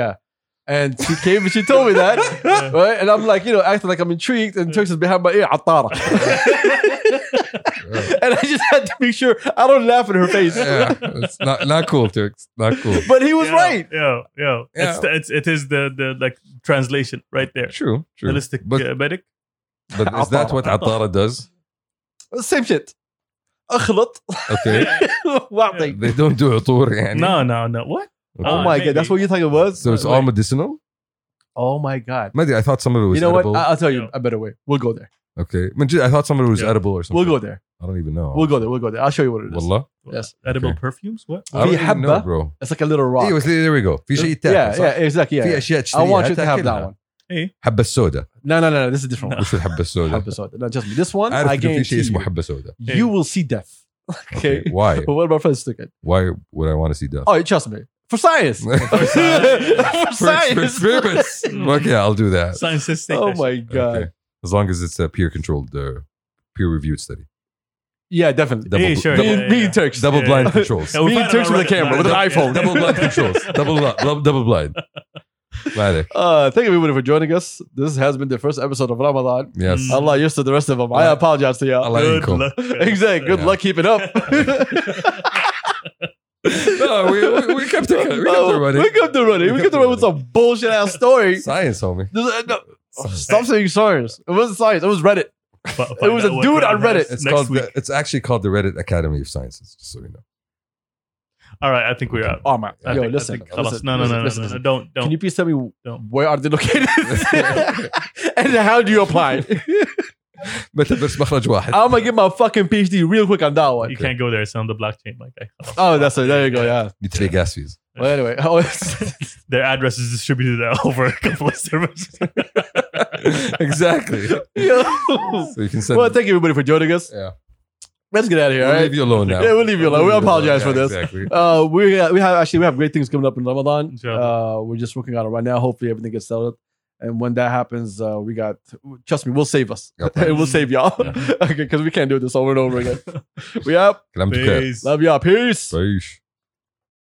Speaker 1: yeah, and she came and she told me that
Speaker 3: yeah.
Speaker 1: right and I'm like you know acting like I'm intrigued and Turks is behind my ear عطاره
Speaker 2: Yeah.
Speaker 1: and I just had to make sure I don't laugh in her face
Speaker 2: Yeah, it's not, not cool, Turks. Not cool.
Speaker 1: but he was
Speaker 3: Yo,
Speaker 1: right
Speaker 3: Yo, yo. It's,
Speaker 2: Yeah.
Speaker 3: it's, it is the, the like translation right there.
Speaker 2: True, true.
Speaker 3: Holistic
Speaker 2: But,
Speaker 3: uh, medic.
Speaker 2: but is that what
Speaker 1: Attar.
Speaker 2: Atara does?
Speaker 1: same shit اخلط
Speaker 2: Okay.
Speaker 1: واعطيك
Speaker 2: They don't do Atur. يعني.
Speaker 3: No, no, no. What?
Speaker 2: Okay.
Speaker 1: Oh
Speaker 3: Uh,
Speaker 1: my
Speaker 3: maybe.
Speaker 1: god, that's what you think it was?
Speaker 2: so it's all medicinal?
Speaker 1: Oh my god.
Speaker 2: Maybe I thought some of it was
Speaker 1: You know
Speaker 2: edible.
Speaker 1: what? I- I'll tell you
Speaker 3: Yeah.
Speaker 1: a better way. We'll go there.
Speaker 2: okay. Manjid, I thought some of it was
Speaker 3: Yeah.
Speaker 2: edible or something.
Speaker 1: We'll go there.
Speaker 2: I don't even know.
Speaker 1: We'll go there. We'll go there. I'll show you what it is.
Speaker 2: Wallah?
Speaker 1: Yes.
Speaker 3: Edible
Speaker 2: Okay. Uh,
Speaker 3: perfumes? What?
Speaker 2: I don't
Speaker 1: في
Speaker 2: even know,
Speaker 1: حبة.
Speaker 2: bro.
Speaker 1: It's like a little rock.
Speaker 2: Hey, was- there we go. في شيء يتاكل،
Speaker 1: yeah,
Speaker 2: صح؟
Speaker 1: yeah, exactly. Yeah.
Speaker 2: في
Speaker 1: yeah.
Speaker 2: أشياء
Speaker 1: I want
Speaker 2: تشتريها،
Speaker 1: you to have that
Speaker 2: تاكلها.
Speaker 1: one.
Speaker 3: Hey.
Speaker 2: حبة السوداء.
Speaker 1: No, no, no, no. This is a different one.
Speaker 2: وش الحبة السوداء؟
Speaker 1: حبة سوداء. No, just me. This one,
Speaker 2: عارف
Speaker 1: I
Speaker 2: إنه في
Speaker 1: guarantee
Speaker 2: شيء اسمه
Speaker 1: you,
Speaker 2: حبة سوداء.
Speaker 3: Hey.
Speaker 1: you will see death. Okay.
Speaker 2: Why?
Speaker 1: But what about friends took it?
Speaker 2: Why would I want to see death?
Speaker 1: Oh, trust me. for science.
Speaker 2: for
Speaker 1: for
Speaker 2: for
Speaker 1: science.
Speaker 2: experiments. okay, I'll do that.
Speaker 3: Scientists think
Speaker 1: oh
Speaker 3: that
Speaker 1: my
Speaker 3: shit.
Speaker 1: god.
Speaker 2: Okay. As long as it's a peer controlled, uh, peer reviewed study.
Speaker 1: Yeah, definitely.
Speaker 2: Double,
Speaker 3: Yeah, sure,
Speaker 1: Me,
Speaker 2: double,
Speaker 3: yeah.
Speaker 1: me and Turks.
Speaker 2: double
Speaker 3: Yeah,
Speaker 2: blind
Speaker 1: yeah.
Speaker 2: controls.
Speaker 3: Yeah, we
Speaker 1: Me in
Speaker 3: found it
Speaker 1: terms
Speaker 3: on
Speaker 1: of the
Speaker 3: Reddit,
Speaker 1: camera
Speaker 3: man.
Speaker 1: with an
Speaker 3: Yeah.
Speaker 1: iPhone.
Speaker 2: double blind controls. Double, li- double, double blind. Matic.
Speaker 1: Uh, thank everybody for joining us. This has been the first episode of Ramadan.
Speaker 2: Yes.
Speaker 3: Mm.
Speaker 1: Allah used to the rest of them. I
Speaker 2: Allah-
Speaker 1: apologize to y'all.
Speaker 2: Allah
Speaker 3: Good
Speaker 2: ain't cool.
Speaker 3: luck.
Speaker 1: exactly. Good
Speaker 2: Yeah.
Speaker 1: luck keeping up.
Speaker 2: No, we, we, we kept it. We kept it
Speaker 1: Oh,
Speaker 2: running.
Speaker 1: We kept it running. We kept it running with some bullshit ass story.
Speaker 2: Science, homie.
Speaker 1: This is- no, Stop saying science. It wasn't science. It was Reddit.
Speaker 3: Fi- find
Speaker 1: It was a
Speaker 3: out what
Speaker 1: dude
Speaker 3: Reddit
Speaker 1: on Reddit.
Speaker 3: has
Speaker 2: It's
Speaker 3: next
Speaker 2: called.
Speaker 3: week.
Speaker 2: The, it's actually called the Reddit Academy of Sciences. Just so you know.
Speaker 3: All right, I think we're out.
Speaker 1: Oh man.
Speaker 3: I
Speaker 1: Yo,
Speaker 3: think,
Speaker 1: listen.
Speaker 3: I think, خلاص.
Speaker 1: listen,
Speaker 3: no, no,
Speaker 1: listen,
Speaker 3: no,
Speaker 1: listen,
Speaker 3: no, no, no,
Speaker 1: listen.
Speaker 3: don't,
Speaker 1: Can
Speaker 3: don't.
Speaker 1: you please tell me
Speaker 3: No.
Speaker 1: where are they located and how do you apply?
Speaker 2: متى بس مخرج واحد.
Speaker 1: I'm gonna get my fucking PhD real quick on that
Speaker 3: You
Speaker 1: one.
Speaker 3: can't go there. It's on the blockchain, my guy.
Speaker 1: Oh, that's it. There you go. Yeah.
Speaker 2: You pay gas fees.
Speaker 1: Well, anyway, oh, it's-
Speaker 3: Their address is distributed over a couple of servers.
Speaker 2: exactly.
Speaker 1: yo.
Speaker 2: So you can send.
Speaker 1: well, thank you everybody for joining us.
Speaker 2: yeah.
Speaker 1: Let's get out of here.
Speaker 2: We'll
Speaker 1: all right?
Speaker 2: leave you alone now.
Speaker 1: Yeah, we'll leave you alone. We
Speaker 2: We'll leave
Speaker 1: apologize for
Speaker 2: Yeah,
Speaker 1: this.
Speaker 2: Exactly.
Speaker 1: Uh, we uh, we have actually we have great things coming up in Ramadan.
Speaker 3: Inshallah.
Speaker 1: Uh, we're just working on it right now. Hopefully everything gets settled, and when that happens, uh, we got trust me, we'll save us.
Speaker 2: Got
Speaker 1: it
Speaker 2: plans.
Speaker 1: will save y'all,
Speaker 2: Yeah.
Speaker 1: okay? Because we can't do this over and over again. we up.
Speaker 2: كلام بخير.
Speaker 3: Peace.
Speaker 1: Love y'all. Peace.
Speaker 2: تعيش